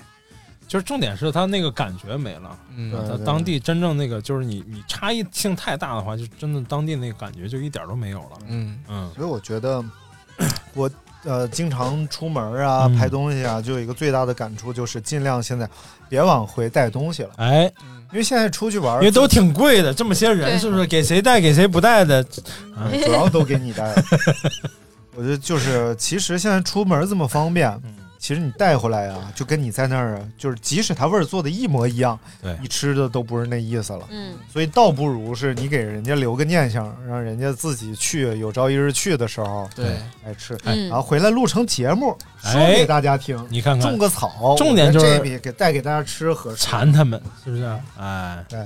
L: 就是重点是它那个感觉没了。
B: 嗯
L: 它当地真正那个就是你你差异性太大的话，就真的当地那个感觉就一点儿都没有了。
B: 嗯
L: 嗯，
I: 所以我觉得 我呃经常出门啊
L: 嗯
I: 拍东西啊，就有一个最大的感触就是尽量现在别往回带东西了，
L: 哎，
I: 因为现在出去玩
L: 因为都挺贵的，这么些人
I: 对
L: 是不是给谁带给谁不带的？啊
I: 嗯主要都给你带 了。我觉得就是，其实现在出门这么方便，
L: 嗯
I: 其实你带回来啊，就跟你在那儿啊，就是即使它味儿做的一模一样，
L: 对
I: 你吃的都不是那意思了。
J: 嗯，
I: 所以倒不如是你给人家留个念想，让人家自己去，有朝一日去的时候，
L: 对，
I: 哎吃，
L: 嗯
I: 然后回来录成节目，
L: 哎
I: 说给大家听，
L: 你看看
I: 种个草，
L: 重点就是
I: 我觉得这笔给带给大家吃合适。
L: 馋他们是不是？哎，
I: 对。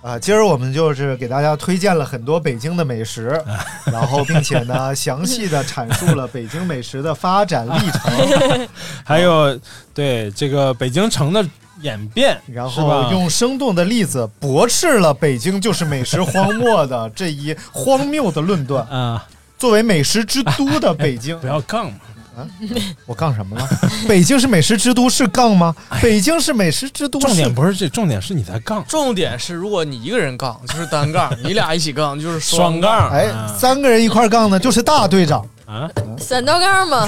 I: 啊，今儿我们就是给大家推荐了很多北京的美食，
L: 啊
I: 然后并且呢，详细的阐述了北京美食的发展历
L: 啊
I: 程，
L: 还有对这个北京城的演变，
I: 然
L: 是吧
I: 后用生动的例子驳斥了北京就是美食荒漠的这一荒谬的论断。
L: 啊，
I: 作为美食之都的北 京，
L: 不要杠嘛！
I: 啊，我杠什么了？北京是美食之都是杠吗？北京是美食之都，
L: 哎重点不是这，重点是你在杠。
B: 重点是，如果你一个人杠就是单杠，你俩一起杠就是
L: 双
B: 杠。
I: 哎，三个人一块儿杠呢，就是大队长。
L: 啊，
J: 散道 杠嘛，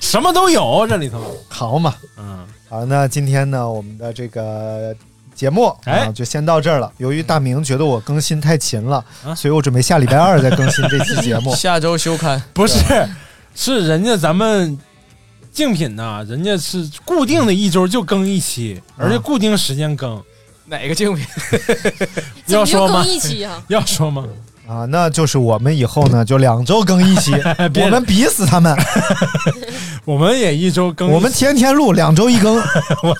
L: 什么都有啊这里头。
I: 好嘛，
L: 嗯，
I: 好，那今天呢，我们的这个节目
L: 哎
I: 啊，就先到这儿了。由于大明觉得我更新太勤了
L: 啊，
I: 所以我准备下礼拜二再更新这期节目。
B: 嗯 下周休刊
L: 不是，
I: 啊
L: 是人家咱们竞品呐，人家是固定的一周就更一期，而
I: 嗯
L: 且固定时间更。
B: 哪个竞品？
L: 要说
J: 怎么
L: 吗
J: 就更一期啊？
L: 要说吗？，
I: 啊，那就是我们以后呢，就两周更一 期
L: 别
I: 我们逼死他们，
L: 我们也一周更一期，
I: 我们天天录，两周一更。
L: 我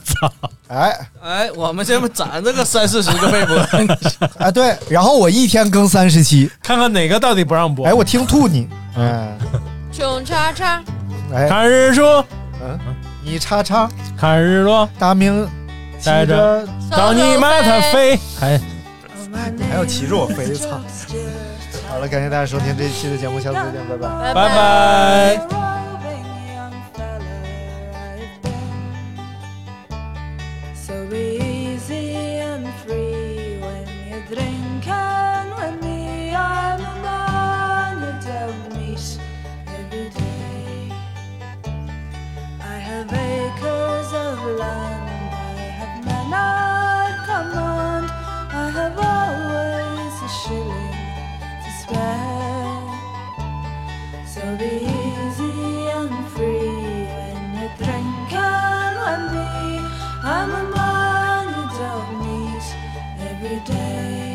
L: 操！
I: 哎
B: 哎，我们这不攒这个三四十个微博，
I: 啊，对，然后我一天更三十期，
L: 看看哪个到底不让播。
I: 哎，我听吐你，
B: 嗯
I: 哎
J: 囧叉叉，
I: 哎，
L: 看日出，
I: 嗯，你叉叉，
L: 看日落，
I: 大明
L: 带着
I: 骑
L: 找你妈它飞，哎还
I: 还要骑着我飞，操！好了，感谢大家收听这一期的节目，下次再见，拜拜。
L: 拜拜。
O: So easy and free when you drink and with me I'm a man you don't meet every day. I have acres of land, I have men at command, I have always a shilling to spare. So be easy and free when you drink and when me I'm a man you don't meet every day.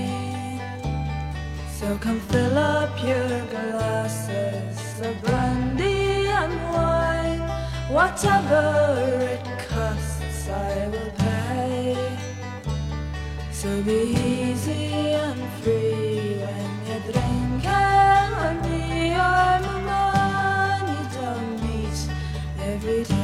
O: So come fill up your glasses of brandy and wine, whatever it costs, I will pay. So be easy and free when you drink and when me I'm a man you don't meet every day.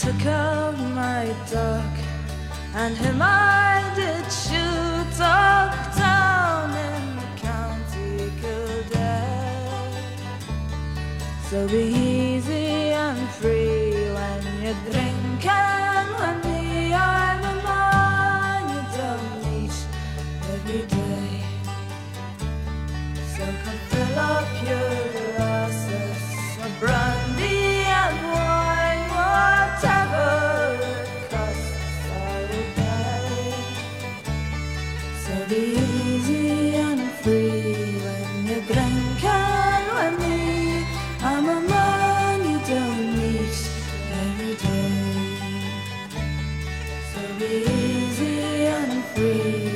I: took out my dog and him I did shoot up down in the county Kildare. So be easy and free when you drink and when me I'm a man you don't meet every day. So come fill up your glasses of brandy and wine, whatever it costs, I will pay. So be easy and free when you drink and when me, I'm a man you don't meet every day. So be easy and free